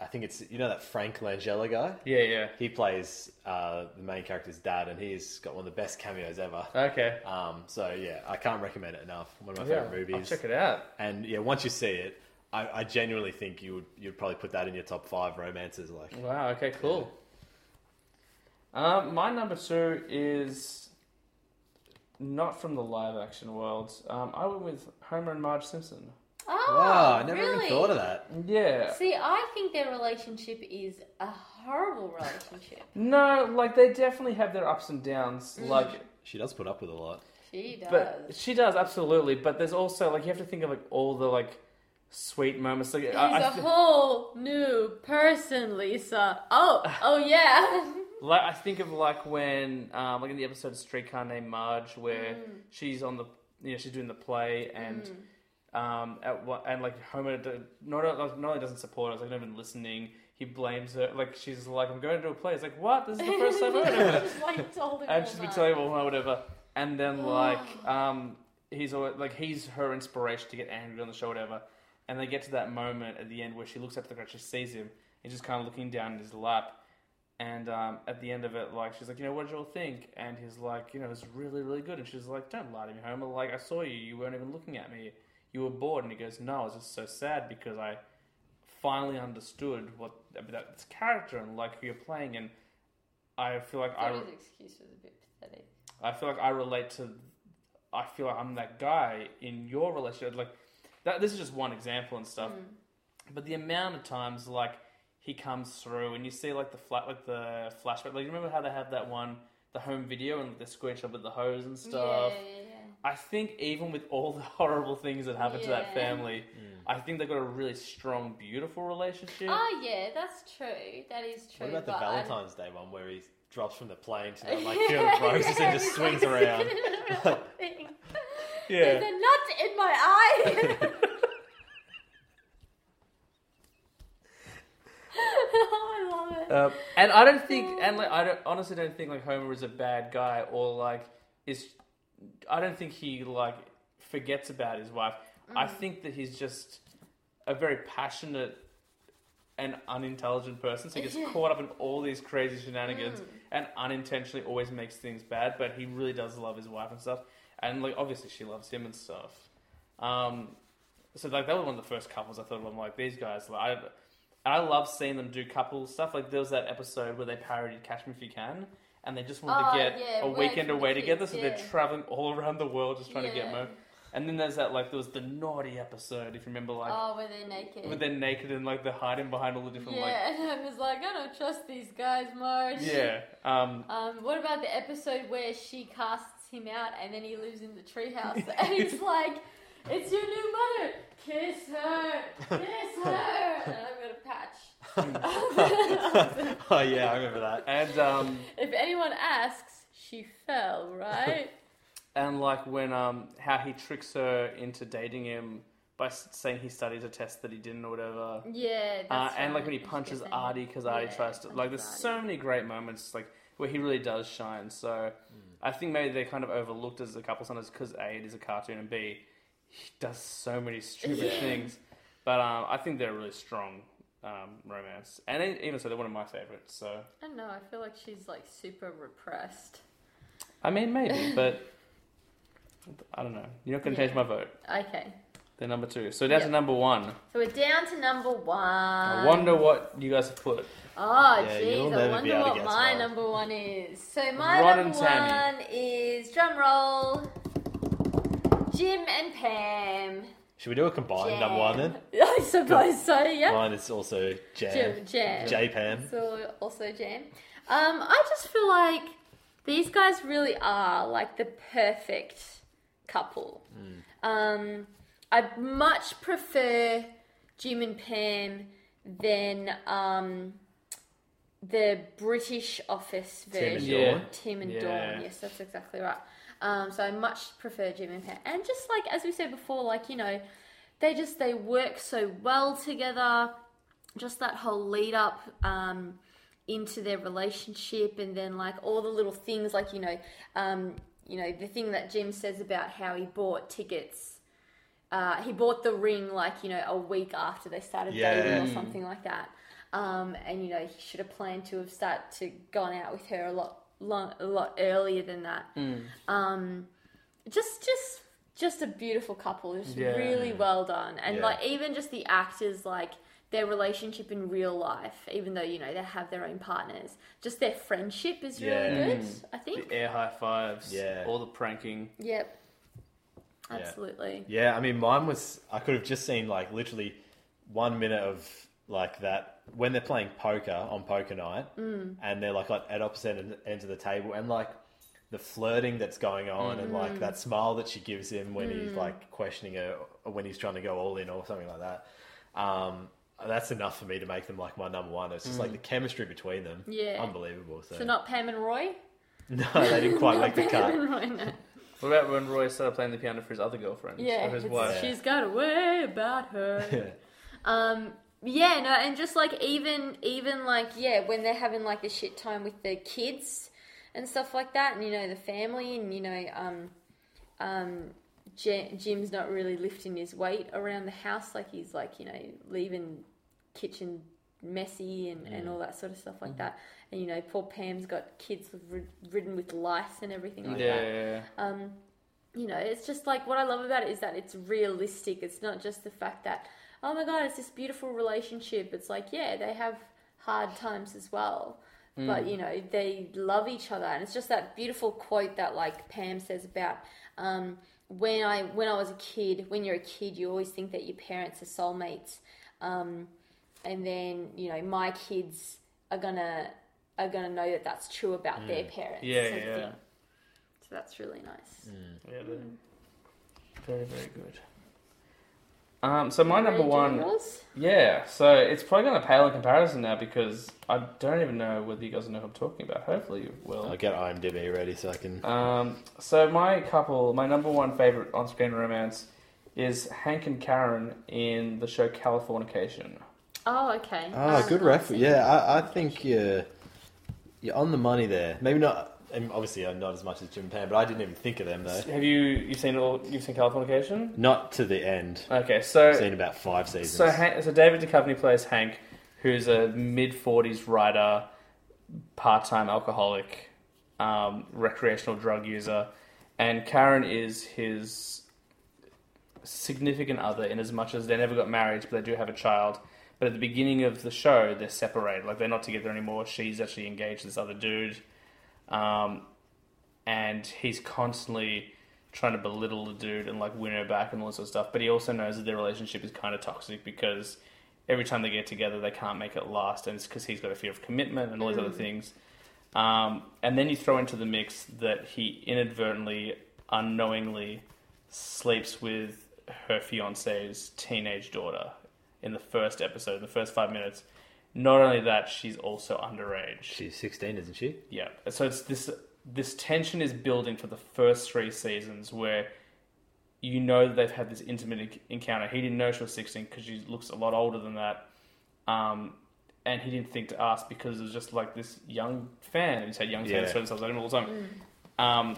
I think it's you know that Frank Langella guy. Yeah, yeah. He plays uh, the main character's dad, and he's got one of the best cameos ever. Okay. Um, so yeah, I can't recommend it enough. One of my Yeah, favorite I'll movies. check it out. And yeah, once you see it, I, I genuinely think you would you'd probably put that in your top five romances. Like, Wow. Okay. Cool. Um, my number two is not from the live action world. Um, I went with Homer and Marge Simpson. Oh, wow, I never really? even thought of that. Yeah. See, I think their relationship is a horrible relationship. No, like they definitely have their ups and downs. Like, She does put up with a lot. she does. but she does absolutely. But there's also like you have to think of like all the like sweet moments. Like, I, He's I a thi- whole new person, Lisa. Oh, oh yeah. Like I think of like when um, like in the episode of Streetcar Named Marge where she's on the you know she's doing the play and um at one, and like Homer d- not not not only doesn't support her, he's like not even listening. He blames her like she's like I'm going to a play. It's like what? This is (laughs) the first I've (laughs) heard of it. Just, like, told him And all she's that. been telling him all night, whatever. And then like um he's always like he's her inspiration to get angry on the show, whatever. And they get to that moment at the end where she looks up at the ground, she sees him, and just kind of looking down in his lap. And um, at the end of it, like she's like, you know, what did you all think? And he's like, you know, it's really, really good. And she's like, don't lie to me, Homer. Like I saw you, you weren't even looking at me. You were bored. And he goes, no, I was just so sad because I finally understood what about this character and like who you're playing. And I feel like I Thought his excuse was a bit pathetic. I feel like I relate to. I feel like I'm that guy in your relationship. Like that. This is just one example and stuff. Mm. But the amount of times like he comes through and you see like the flat, like the flashback. Like you remember how they have that one, the home video and the square shot with the hose and stuff. Yeah, yeah, yeah. I think even with all the (laughs) horrible things that happened to Yeah. that family, I think they've got a really strong, beautiful relationship. Oh yeah, that's true. That is true. What about the but I- Valentine's Day one where he drops from the plane to that (laughs) like field of roses and just swings around? yeah. There's a nut in my eye. (laughs) (laughs) oh, I love it. Um, and I don't think, and like, I don't, honestly don't think like Homer is a bad guy or like is. I don't think he like forgets about his wife. Mm. I think that he's just a very passionate and unintelligent person. So he (laughs) gets caught up in all these crazy shenanigans Mm. and unintentionally always makes things bad. But he really does love his wife and stuff. And like obviously she loves him and stuff. Um, so like that was one of the first couples I thought of. I'm like these guys. Like, I, and I love seeing them do couple stuff. Like there was that episode where they parodied "Catch Me If You Can," and they just wanted Oh, to get yeah, a away weekend from the away kids, together. So they're yeah. traveling all around the world just trying to Yeah. get mo. And then there's that like there was the naughty episode if you remember like Oh, where they're naked. with they're naked and like they're hiding behind all the different yeah, and I was like, I don't trust these guys, Marge. like yeah um Um, what about the episode where she casts him out and then he lives in the treehouse (laughs) and he's like, "It's your new mother. Kiss her. (laughs) Kiss her." and I've got a patch. oh yeah, I remember that. and um if anyone asks, she fell, (laughs) right? Uh, and like when um how he tricks her into dating him by s- saying he studies a test that he didn't or whatever. yeah. Uh, That's and like right. when he She punches gets angry. Artie because Artie Yeah, tries to like. There's punches so many great moments like where he really does shine. So Hmm. I think maybe they're kind of overlooked as a couple sometimes because a it is a cartoon and b he does so many stupid things. But um, I think they're a really strong um, romance, and e- even so, they're one of my favorites. So Artie. I don't know. I feel like she's like super repressed. I mean, (laughs) maybe, but I don't know. You're not going to Yeah. change my vote. Okay, They're number two, so down to Yep. number one. so we're down to number one. I wonder what you guys have put. Oh, Yeah, jeez, you'll never I be wonder able to what guess my mine. number one is. So my Ron and number Tammy. one is drum roll. Jim and Pam. (laughs) Should we do a combined Jam. number one then? I suppose so. Yeah. Mine is also Jim, Jam. Jam. J Pam. So also Jam. Um, I just feel like these guys really are like the perfect couple. Hmm. Um, I much prefer Jim and Pam than um, the British Office Tim version. and Yeah. Dawn. Tim and Yeah. Dawn. Yes, that's exactly right. Um, so I much prefer Jim and Pam, and just like as we said before, like you know, they just they work so well together. Just that whole lead up um, into their relationship, and then like all the little things, like you know, um, you know the thing that Jim says about how he bought tickets. Uh, he bought the ring like you know a week after they started Yeah. dating or something like that. Um, and you know he should have planned to have started to gone out with her a lot long, a lot earlier than that. Hmm. Um, just just just a beautiful couple, just Yeah. really well done. And Yeah. like even just the actors, like their relationship in real life, even though you know they have their own partners, just their friendship is really Yeah. Hmm. good. I think. The air high fives, Yeah. all the pranking. Yep. Absolutely. Yeah, I mean, mine was. I could have just seen like literally one minute of like that when they're playing poker on poker night, Mm. and they're like at opposite end- ends of the table, and like the flirting that's going on, and Mm. like that smile that she gives him when he's like questioning her, or when he's trying to go all in or something like that. Um, that's enough for me to make them like my number one. It's just like the chemistry between them, Mm. Yeah. unbelievable. So, So not Pam and Roy. (laughs) no, they didn't quite (laughs) make the cut. Pam and Roy, (laughs) no. What about when Roy started playing the piano for his other girlfriend? Yeah, Or his it's- wife? she's got a way (laughs) about her. um, yeah, no, and just like even even like yeah, when they're having like the shit time with the kids and stuff like that, and you know the family, and you know um um. Ja- Jim's not really lifting his weight around the house, like he's like you know leaving kitchen messy and, and all that sort of stuff like that. And you know, poor Pam's got kids rid- ridden with lice and everything like Yeah, that yeah, yeah. um, you know, it's just like what I love about it is that it's realistic. It's not just the fact that, oh my god, it's this beautiful relationship. It's like, yeah, they have hard times as well. Hmm. But you know, they love each other and it's just that beautiful quote that like Pam says about um, when I when I was a kid, when you're a kid you always think that your parents are soulmates. Um, and then, you know, my kids are gonna are gonna know that that's true about their parents. Hmm. Yeah, sort of yeah. thing. So that's really nice. Yeah, they're very, very good. Um, so my number Ready to do one, yours? yeah. So it's probably going to pale in comparison now because I don't even know whether you guys know who I'm talking about. Hopefully you will. I'll get IMDb ready so I can. Um, so my couple, my number one favorite on-screen romance is Hank and Karen in the show Californication. Oh, okay. Ah, Um, good ref. Yeah, I, I think you're, you're on the money there. Maybe not, and obviously uh, not as much as Jim Pan, but I didn't even think of them though. Have you you've seen all you've seen Californication? Not to the end. Okay, I've so seen about five seasons. so Hank, so David Duchovny plays Hank, who's a mid forties writer, part time alcoholic, um, recreational drug user, and Karen is his significant other in as much as they never got married, but they do have a child. But at the beginning of the show, they're separated. Like they're not together anymore. She's actually engaged to this other dude, um, and he's constantly trying to belittle the dude and like win her back and all this sort of stuff. But he also knows that their relationship is kind of toxic because every time they get together, they can't make it last, and it's because he's got a fear of commitment and all these other things. Um, and then you throw into the mix that he inadvertently, unknowingly, sleeps with her fiance's teenage daughter in the first episode, the first five minutes. Not only that, she's also underage. She's 16, isn't she? Yeah. So it's this this tension is building for the first three seasons where you know that they've had this intimate en- encounter. He didn't know she was 16 because she looks a lot older than that. Um, and he didn't think to ask because it was just like this young fan. He's had young fans Yeah. throw themselves at him all the time. Um,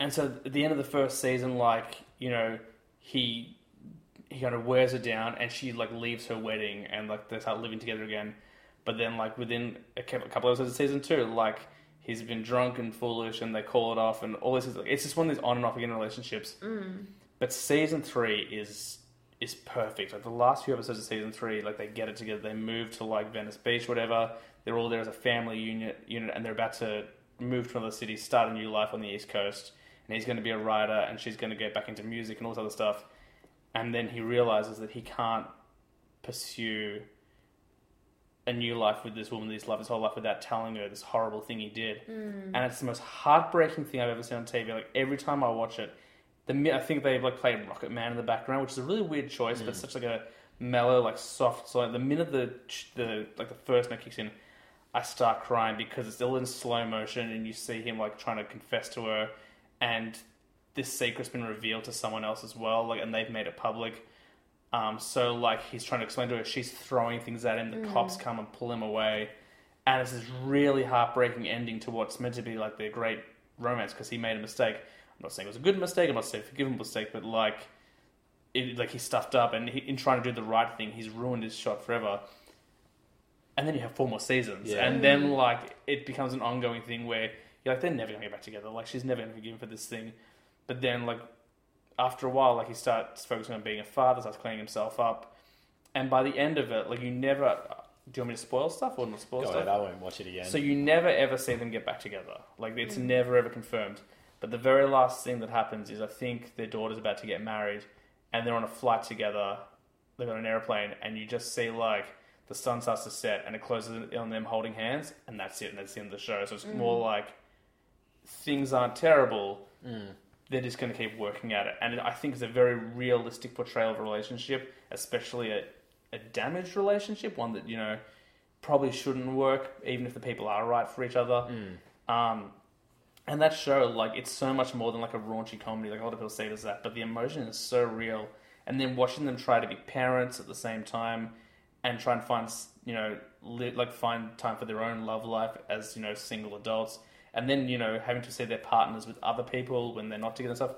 and so at the end of the first season, like, you know, he he kind of wears her down and she like leaves her wedding and like they start living together again. But then like within a cou- a couple episodes of season two, like he's been drunk and foolish and they call it off and all this is it's just one of these on and off again relationships. But season three is is perfect. Like the last few episodes of season three, like they get it together. They move to like Venice Beach, whatever. They're all there as a family unit, unit, and they're about to move to another city, start a new life on the East Coast. And he's going to be a writer, and she's going to go back into music and all this other stuff. And then he realizes that he can't pursue a new life with this woman that he's loved his whole life without telling her this horrible thing he did. And it's the most heartbreaking thing I've ever seen on TV. Like every time I watch it, the mi- I think they like played Rocket Man in the background, which is a really weird choice, but it's such like a mellow, like soft. So the minute the ch- the like the first note kicks in, I start crying because it's all in slow motion, and you see him like trying to confess to her, and this secret's been revealed to someone else as well, like and they've made it public. Um, so like he's trying to explain to her, she's throwing things at him. The cops come and pull him away, and it's this really heartbreaking ending to what's meant to be like their great romance because he made a mistake. I'm not saying it was a good mistake. I'm not saying forgivable mistake, but like, it, like he stuffed up, and he, in trying to do the right thing, he's ruined his shot forever. and then you have four more seasons, Yeah. and then like it becomes an ongoing thing where you're like, they're never gonna get back together. Like she's never gonna forgive him for this thing, but then like after a while, like he starts focusing on being a father, starts cleaning himself up, and by the end of it, like you never. Do you want me to spoil stuff or not spoil God, stuff? I won't watch it again. So you never ever see them get back together. Like it's never ever confirmed. But the very last thing that happens is I think their daughter's about to get married, and they're on a flight together. They're on an airplane, and you just see like the sun starts to set, and it closes in on them holding hands, and that's it, and that's the end of the show. So it's more like things aren't terrible. They're just going to keep working at it, and I think it's a very realistic portrayal of a relationship, especially a, a damaged relationship, one that you know probably shouldn't work, even if the people are right for each other. Um, and that show, like, it's so much more than like a raunchy comedy. Like a lot of people see it as that, but the emotion is so real. And then watching them try to be parents at the same time, and try and find s- you know li- like find time for their own love life as you know single adults, and then you know having to see their partners with other people when they're not together and stuff.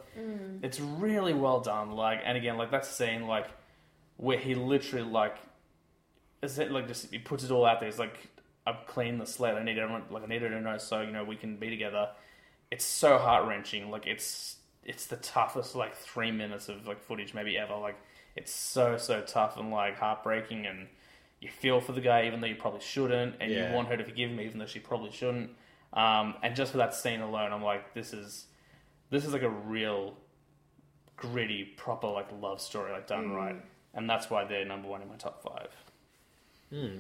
It's really well done. Like, and again, like that scene, like where he literally like is it like just he puts it all out there. It's like I've cleaned the slate. I need everyone like I need her to know so you know we can be together. It's so heart wrenching. Like it's it's the toughest like three minutes of like footage maybe ever. Like it's so so tough and like heartbreaking and you feel for the guy even though you probably shouldn't and Yeah. you want her to forgive him even though she probably shouldn't. Um, and just for that scene alone, I'm like this is this is like a real gritty proper like love story like done right. And that's why they're number one in my top five.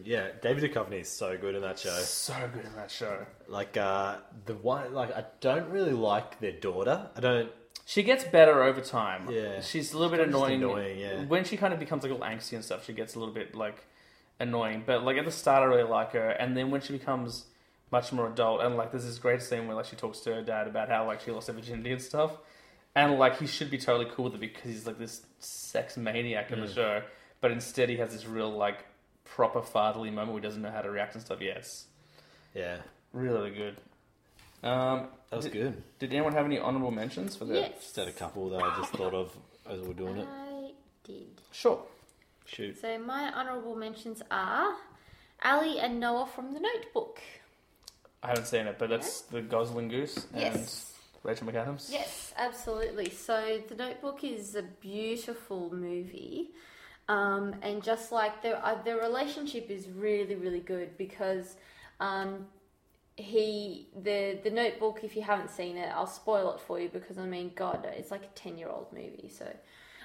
yeah, David Duchovny is so good in that show. So good in that show. Like uh, the one, like I don't really like their daughter. I don't. She gets better over time. Yeah. She's a little bit She's just annoying. annoying, yeah. When she kind of becomes like a little angsty and stuff, she gets a little bit like annoying. But like at the start, I really like her, and then when she becomes much more adult, and like there's this great scene where like she talks to her dad about how like she lost her virginity and stuff, and like he should be totally cool with it because he's like this sex maniac Mm. in the show, but instead he has this real like proper fatherly moment where he doesn't know how to react and stuff. Yes, Yeah, really good. Um, that was did- good. Did anyone have any honourable mentions for that? Yes. Just had a couple that I just thought of as we are doing it. I did. Sure. Shoot. So my honourable mentions are Ali and Noah from The Notebook. I haven't seen it, but that's the Gosling Goose and Yes. Rachel McAdams. Yes, absolutely. So The Notebook is a beautiful movie. Um, and just like their uh, their relationship is really really good because um, he the the Notebook. If you haven't seen it, I'll spoil it for you because I mean, God, it's like a ten year old movie. So,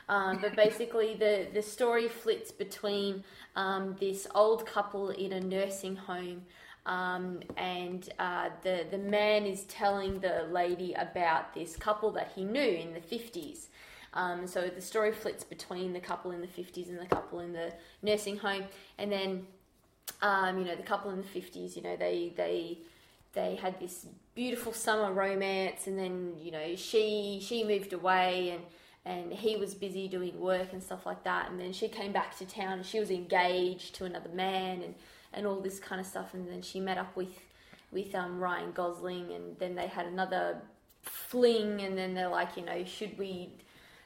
um, but basically, the the story flits between um, this old couple in a nursing home. Um, and uh, the the man is telling the lady about this couple that he knew in the fifties, um, so the story flits between the couple in the 50s and the couple in the nursing home. And then, um, you know, the couple in the 50s, you know, they, they, they had this beautiful summer romance and then, you know, she, she moved away and, and he was busy doing work and stuff like that. And then she came back to town and she was engaged to another man and, and all this kind of stuff. And then she met up with, with um, Ryan Gosling and then they had another fling and then they're like, you know, should we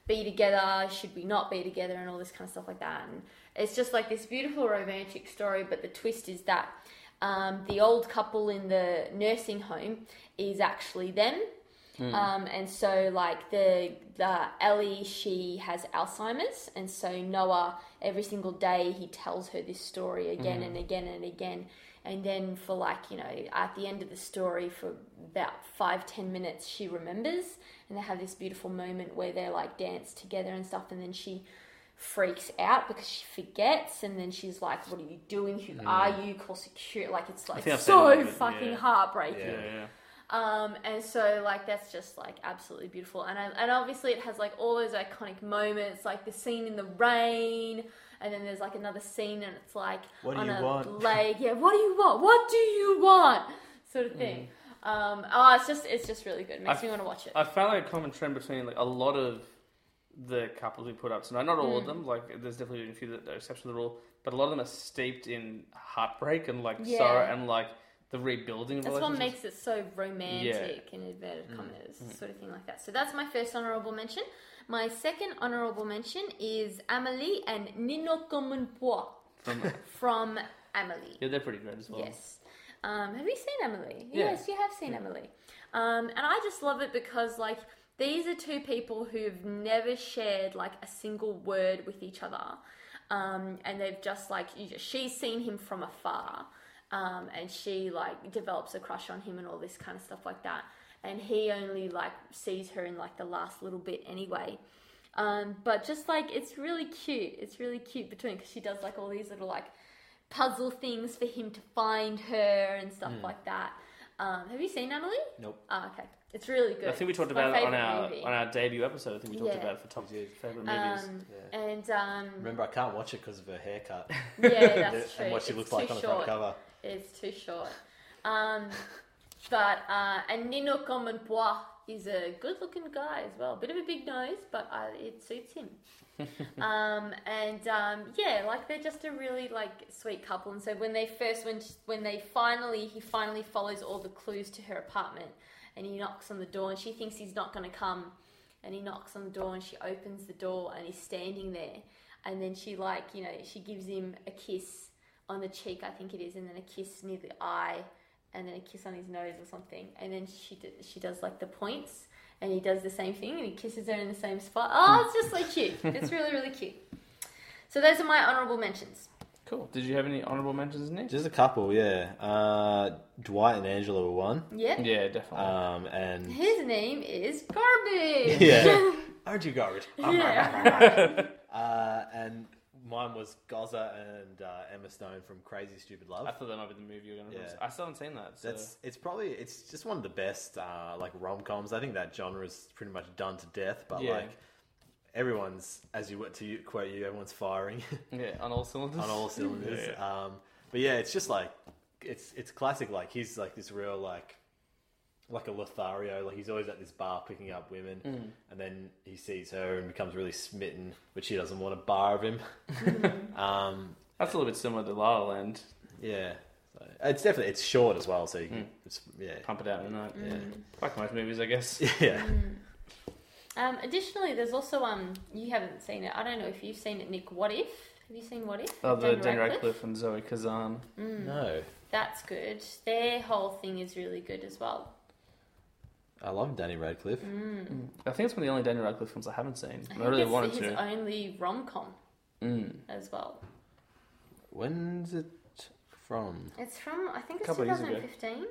be together? Should we not be together? And all this kind of stuff like that. And it's just like this beautiful romantic story, but the twist is that um, the old couple in the nursing home is actually them. Hmm. Um, and so, like the, the Ellie, she has Alzheimer's, and so Noah, every single day, he tells her this story Hmm. again and again and again. And then, for like you know, at the end of the story, for about five ten minutes, she remembers, and they have this beautiful moment where they like dance together and stuff. And then she freaks out because she forgets, and then she's like, "What are you doing? Who are you? Call security!" Like it's like Hmm. think I've seen that so bit, fucking yeah. heartbreaking. Yeah, yeah. Um, and so like that's just like absolutely beautiful, and I, and obviously it has like all those iconic moments, like the scene in the rain, and then there's like another scene, and it's like What do on you a want? lake, yeah, what do you want? What do you want? Sort Mm. of thing. Um, oh, it's just it's just really good. It makes I- me want to watch it. I found like a common trend between like a lot of the couples we put up tonight. Not all Mm. of them. Like there's definitely been a few that are exception to the rule, but a lot of them are steeped in heartbreak and like Yeah. sorrow and like the rebuilding. that's what relationships. makes it so romantic in inverted Mm. commas, sort of thing like that. So that's my first honorable mention. My second honorable mention is Amelie and Nino Comunpois. From- (laughs) from Emily. Yeah, they're pretty great as well. Yes. Um, have you seen Emily? Yeah. Yes, you have seen Emily. Um, and I just love it because like these are two people who've never shared like a single word with each other, um, and they've just like you just, she's seen him from afar, um, and she like develops a crush on him and all this kind of stuff like that. And he only like sees her in like the last little bit anyway. Um, but just like it's really cute. It's really cute between because she does like all these little like puzzle things for him to find her and stuff like that. Um, have you seen Emily? Hmm. Nope. Ah, okay, it's really good. I think we talked It's my about it on favourite our movie. on our debut episode. I think we talked Yeah. about it for top favorite movies. Um, And um, Remember, I can't watch it because of her haircut (laughs) yeah, that's (laughs) true. and what she it's looks too like on the front short. cover. It's too short. Um, but uh, and Nino Comonpois is a good-looking guy as well. Bit of a big nose, but uh, it suits him. um, and um, yeah, like they're just a really like sweet couple. And so when they first, when sh- when they finally, he finally follows all the clues to her apartment, and he knocks on the door, and she thinks he's not going to come, and he knocks on the door, and she opens the door, and he's standing there, and then she like you know she gives him a kiss on the cheek, I think it is, and then a kiss near the eye, and then a kiss on his nose or something, and then she d- she does like the points. And he does the same thing, and he kisses her in the same spot. Oh, it's just so (laughs) cute! It's really, really cute. So those are my honourable mentions. cool. Did you have any honorable mentions, Nick? Just a couple, yeah. Uh, Dwight and Angela were one, Yeah. yeah, definitely. um, (laughs) and (laughs) His name is (laughs) Garbage. yeah, aren't you garbage? Yeah. Uh, and mine was Gaza and uh, Emma Stone from Crazy Stupid Love. I thought that might be the movie you're going to. Yeah. I still haven't seen that. So. That's it's probably it's just one of the best uh, like rom coms. I think that genre is pretty much done to death. But Yeah. like everyone's, as you to you, quote you, everyone's firing (laughs) yeah, on all cylinders. on all cylinders. (laughs) Um, but yeah, it's just like it's it's classic. Like he's like this real like like a Lothario. Like he's always at this bar picking up women, Mm. and then he sees her and becomes really smitten, but she doesn't want a bar of (laughs) him. um, That's a little bit similar to La La Land. yeah, so, it's definitely it's short as well, so you can, Mm. it's yeah. Pump it out in the night. Yeah. Mm. Like most movies, I guess. Yeah, (laughs) Um, additionally, there's also um, you haven't seen it. I don't know if you've seen it, Nick. What if? Have you seen What If? Oh, the Daniel Dan Radcliffe? Radcliffe and Zoe Kazan. Mm. no, That's good. Their whole thing is really good as well. I love Danny Radcliffe. Mm. I think it's one of the only Daniel Radcliffe films I haven't seen. I I, think really it's wanted his to. only rom com Mm. as well. When's it from? It's from I think it's Couple of years ago. 2015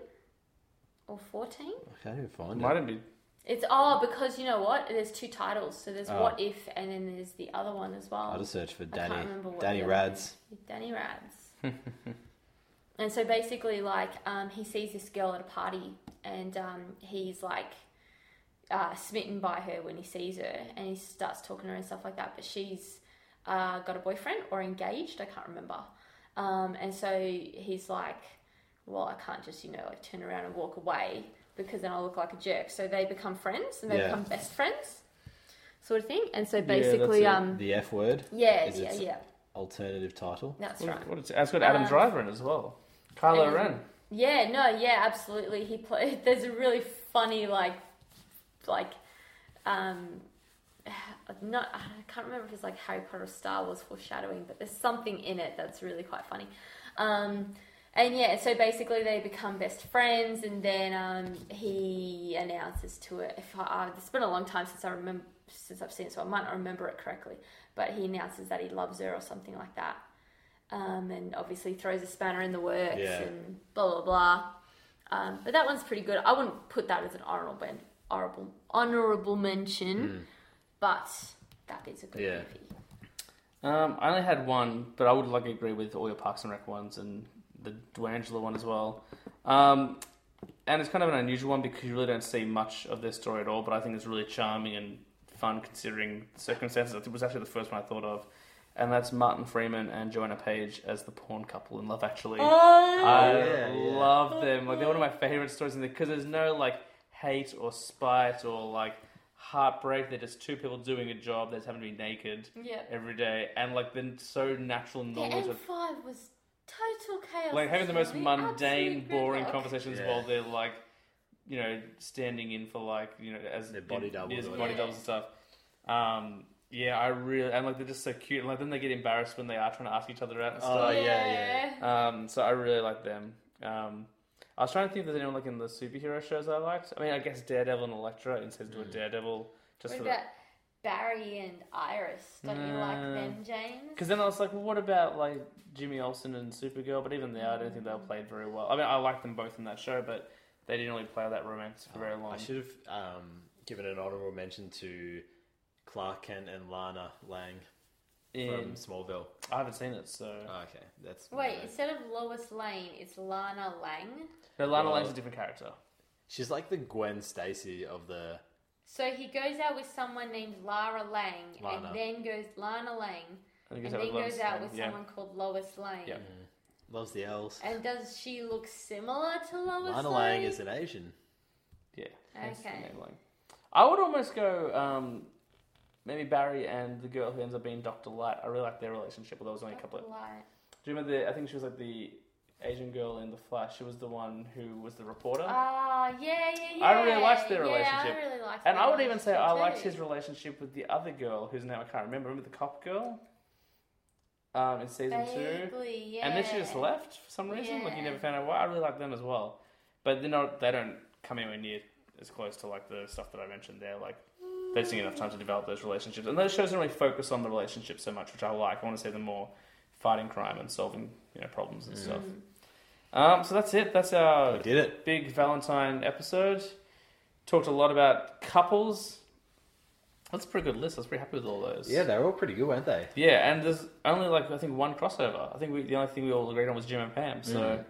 or 14. I can't even find Might it. have been. It's oh because you know what? There's two titles. So there's Oh. What If and then there's the other one as well. I'll just search for I can't Danny remember what Danny the other Rads. one is. Danny Rads. (laughs) and so basically, like, um, he sees this girl at a party, and um, he's like uh, smitten by her when he sees her, and he starts talking to her and stuff like that. But she's uh, got a boyfriend or engaged. I can't remember. Um, and so he's like, well, I can't just you know like turn around and walk away because then I'll look like a jerk. So they become friends and they Yeah. become best friends. Sort of thing, and so that's basically, it. um, The F word. yeah, is yeah, its yeah. Alternative title. That's What, right. what it's, it's got Adam Um, Driver in as well. Kylo and- Ren. Yeah, no, yeah, absolutely. He played. (laughs) There's a really funny like, like, um, (sighs) not I can't remember if it's like Harry Potter or Star Wars foreshadowing, but there's something in it that's really quite funny. Um, and yeah, so basically they become best friends, and then um, he announces to her. If I, uh, it's been a long time since I remember since I've seen it, so I might not remember it correctly. But he announces that he loves her or something like that, um, and obviously throws a spanner in the works Yeah. and blah blah blah. Um, but that one's pretty good. I wouldn't put that as an honorable men- honorable honorable mention, but that is a good Yeah. movie. Um, I only had one, but I would like agree with all your Parks and Rec ones and the Dwangela one as well. Um, and it's kind of an unusual one because you really don't see much of their story at all, but I think it's really charming and fun considering the circumstances. It was actually the first one I thought of. And that's Martin Freeman and Joanna Page as the porn couple in Love Actually. Oh, (laughs) I yeah, yeah. love them. Like they're one of my favorite stories in there because there's no like hate or spite or like heartbreak. They're just two people doing a job. They just happen to be naked Yeah. every day, and like then so natural and The normal. M to- five was total chaos. like having the It was most the mundane, absolute boring gridlock. conversations Yeah. while they're like, you know, standing in for like you know as Their body doubles as or body whatever. doubles and stuff. Um, Yeah, I really and like they're just so cute. And like then they get embarrassed when they are trying to ask each other out and Oh, stuff. yeah, yeah. Oh. Um, so I really like them. Um, I was trying to think if there's anyone like in the superhero shows I liked. I mean, I guess Daredevil and Elektra instead of a Mm. Daredevil just What for about Barry and Iris? Don't you like them, James? Because then I was like, well, what about like Jimmy Olsen and Supergirl? But even there, I don't think they were played very well. I mean, I liked them both in that show, but they didn't really play that romance for very long. Oh, I should have um, given an honorable mention to Clark Kent and Lana Lang from In- Smallville. I haven't seen it, so Oh, okay, that's Wait, no. instead of Lois Lane, it's Lana Lang. no, Lana well- Lang's a different character. she's like the Gwen Stacy of the. So he goes out with someone named Lara Lang, Lana. and then goes Lana Lang, I and think it's then out with Lois goes out Lane, with yeah. someone called Lois Lane. Yeah. Loves the elves. And does she look similar to Lois Lana Lane? Lang is an Asian. Yeah. that's the Okay. name, like. I would almost go um, maybe Barry and the girl who ends up being Doctor Light. I really like their relationship, although there was only a couple of. Light. Do you remember the? I think she was like the Asian girl in the Flash. She was the one who was the reporter. Ah, yeah, yeah, yeah. I really liked their Yeah, relationship. I really liked and their I would even say I relationship liked too. his relationship with the other girl whose name I can't remember. Remember the cop girl? Um, in season two. Vaguely, yeah. And then she just left for some reason. Like you Yeah. never found out why. I really like them as well, but they're not. They don't come anywhere near as close to like the stuff that I mentioned there. Like they just need enough time to develop those relationships, and those shows don't really focus on the relationship so much, which I like. I want to see them more fighting crime and solving you know problems Mm. and stuff. Um, so that's it. That's our I did it. big Valentine episode. Talked a lot about couples. That's a pretty good list. I was pretty happy with all those. Yeah, they were all pretty good, weren't they? Yeah, and there's only like I think one crossover. I think we, the only thing we all agreed on was Jim and Pam. So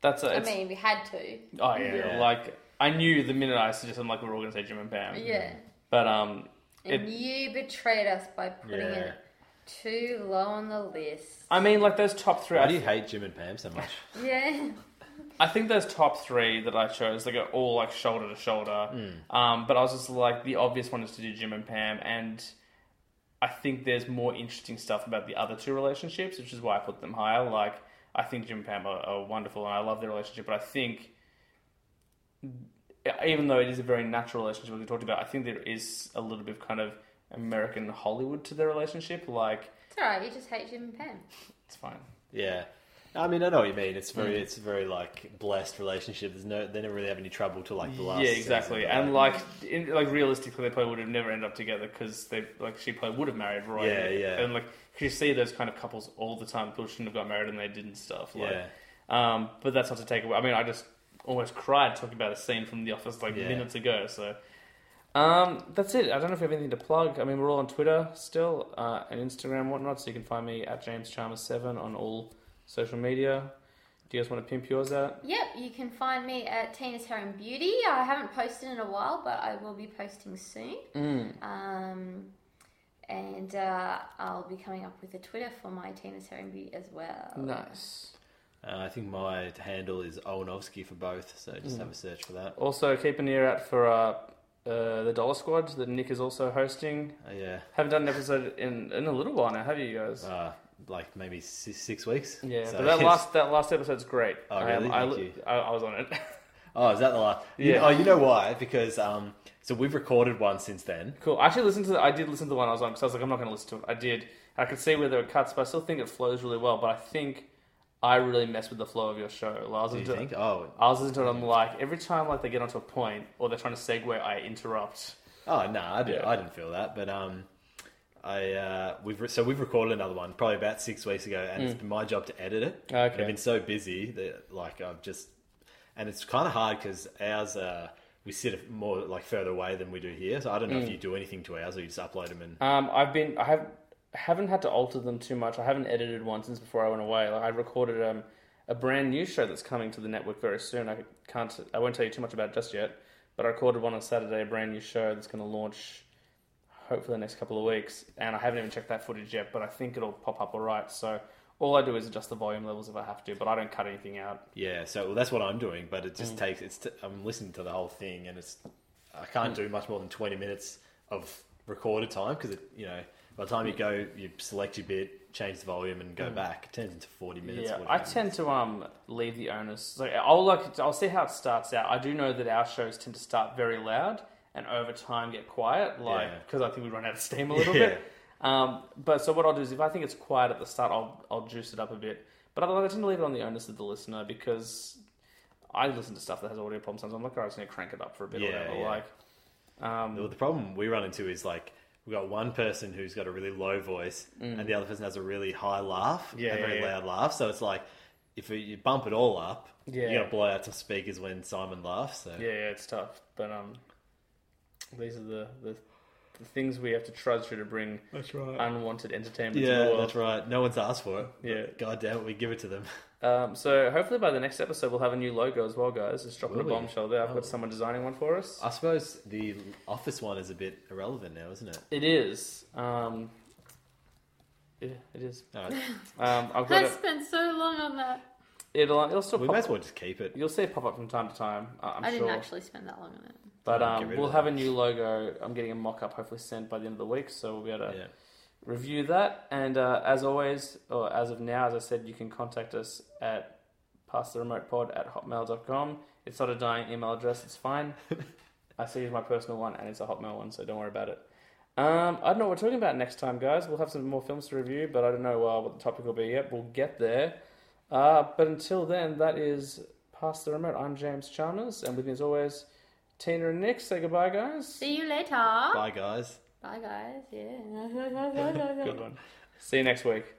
that's a, I it's, mean, we had to. oh yeah, Mm. Yeah. like I knew the minute I suggested I'm like we're all gonna say Jim and Pam. Yeah. But um, And It- you betrayed us by putting Yeah. it too low on the list. I mean like those top three. Why I, do you th- hate Jim and Pam so much? Yeah. (laughs) I think those top three that I chose they go all like shoulder to shoulder. Um, but I was just like the obvious one is to do Jim and Pam, and I think there's more interesting stuff about the other two relationships, which is why I put them higher. Like I think Jim and Pam are, are wonderful, and I love their relationship, but I think. e-, even though it is a very natural relationship like we talked about, I think there is a little bit of kind of American Hollywood to their relationship. Like, It's alright, you just hate Jim and Pam. it's fine. yeah. I mean, I know what you mean. It's very, it's a very like blessed relationship. There's no, they never really have any trouble till like the last. yeah, season, exactly. but, And like, in, like realistically, they probably would have never ended up together because they like she probably would have married Roy. Yeah, yeah. And like, 'cause you see those kind of couples all the time. People shouldn't have got married and they didn't stuff. Like, yeah, Um, but that's not to take away. I mean, I just almost cried talking about a scene from The Office like Yeah. minutes ago. So, um, that's it. I don't know if we have anything to plug. I mean, we're all on Twitter still uh, and Instagram and whatnot. So you can find me at James Chalmers Seven on all social media. Do you guys want to pimp yours out? Yep, you can find me at Tina's Hair and Beauty. I haven't posted in a while, but I will be posting soon. Mm. Um, and uh, I'll be coming up with a Twitter for my Tina's Hair and Beauty as well. Nice. Uh, I think my handle is Owenovsky for both, so just have a search for that. Also, keep an ear out for uh, uh, the Dollar Squad that Nick is also hosting. Uh, yeah, Haven't done an episode in in a little while now, have you guys? uh, like maybe six, six weeks. yeah, So but that it's- last that last episode's great. Um, Oh, really? I, Thank li- you. I, I was on it. (laughs) Oh, is that the last? Yeah. Yeah. Oh, you know why? Because um, so we've recorded one since then. cool. I actually listened to the, I did listen to the one I was on because I was like, I'm not going to listen to it. I did. I could see where there were cuts, but I still think it flows really well. But I think I really messed with the flow of your show. Like, I was Do you listening think? to- Oh, I was listening to it. I'm like, every time like they get onto a point or they're trying to segue, I interrupt. oh no, I didn't. Yeah. I didn't feel that, but um, I uh, we've re- so we've recorded another one probably about six weeks ago, and it's been my job to edit it. Hmm. Okay. And I've been so busy that like I've just, and it's kind of hard because ours uh we sit more like further away than we do here, so I don't know Hmm. if you do anything to ours or you just upload them and. Um, I've been I have haven't had to alter them too much. I haven't edited one since before I went away. Like I recorded um, a brand new show that's coming to the network very soon. I can't I won't tell you too much about it just yet, but I recorded one on Saturday, a brand new show that's going to launch hopefully the next couple of weeks. And I haven't even checked that footage yet, but I think it'll pop up all right. So all I do is adjust the volume levels if I have to, but I don't cut anything out. Yeah, so well, that's what I'm doing, but it just Mm. takes. It's t- I'm listening to the whole thing, and it's I can't Mm. do much more than 20 minutes of recorded time because it, you know, by the time you go, you select your bit, change the volume, and go back. It turns into 40 minutes. Mm. Yeah, 45 I minutes. tend to um leave the onus. So I'll like I'll see how it starts out. I do know that our shows tend to start very loud and over time get quiet, like Yeah. because I think we run out of steam a (laughs) little Yeah. bit. Um, but so what I'll do is if I think it's quiet at the start, I'll I'll juice it up a bit. But otherwise, I tend to leave it on the onus of the listener because I listen to stuff that has audio problems. Sometimes I'm like, all right, I just need to crank it up for a bit or Yeah, whatever. yeah. Like, Well, the problem we run into is like we've got one person who's got a really low voice and the other person has a really high laugh, Mm. Yeah, a very yeah, yeah. loud laugh. So it's like if you bump it all up, Yeah. you're gonna blow out some speakers when Simon laughs. So yeah, yeah, it's tough. But um, these are the, the the things we have to trudge through to bring that's right. unwanted entertainment to the yeah, world. that's right. No one's asked for it. Yeah. God damn it, we give it to them. Um, so hopefully by the next episode we'll have a new logo as well, guys. Just dropping Will a we? bombshell there. I've Oh. got someone designing one for us. I suppose the office one is a bit irrelevant now, isn't it? It is. Um, yeah, it is. All right. Um, I've got I it. spent so long on that. It'll, it'll still we pop might as up. well just keep (laughs) it. You'll see it pop up from time to time. Uh, I'm I didn't sure. actually spend that long on it. But Get um, rid of we'll that. have a new logo. I'm getting a mock up hopefully sent by the end of the week, so we'll be able to Yeah. review that. And uh, as always, or as of now, as I said, you can contact us at pastheremotepod at hotmail.com. It's not a dying email address, it's fine. I still use my personal one, and it's a Hotmail one, so don't worry about it. Um, I don't know what we're talking about next time, guys. We'll have some more films to review, but I don't know uh, what the topic will be yet. We'll get there. Uh, but until then, that is Past the Remote. I'm James Chalmers, and with me as always, Tina and Nick. Say goodbye, guys. See you later. Bye, Bye guys. guys. Yeah. (laughs) Good one. See you next week.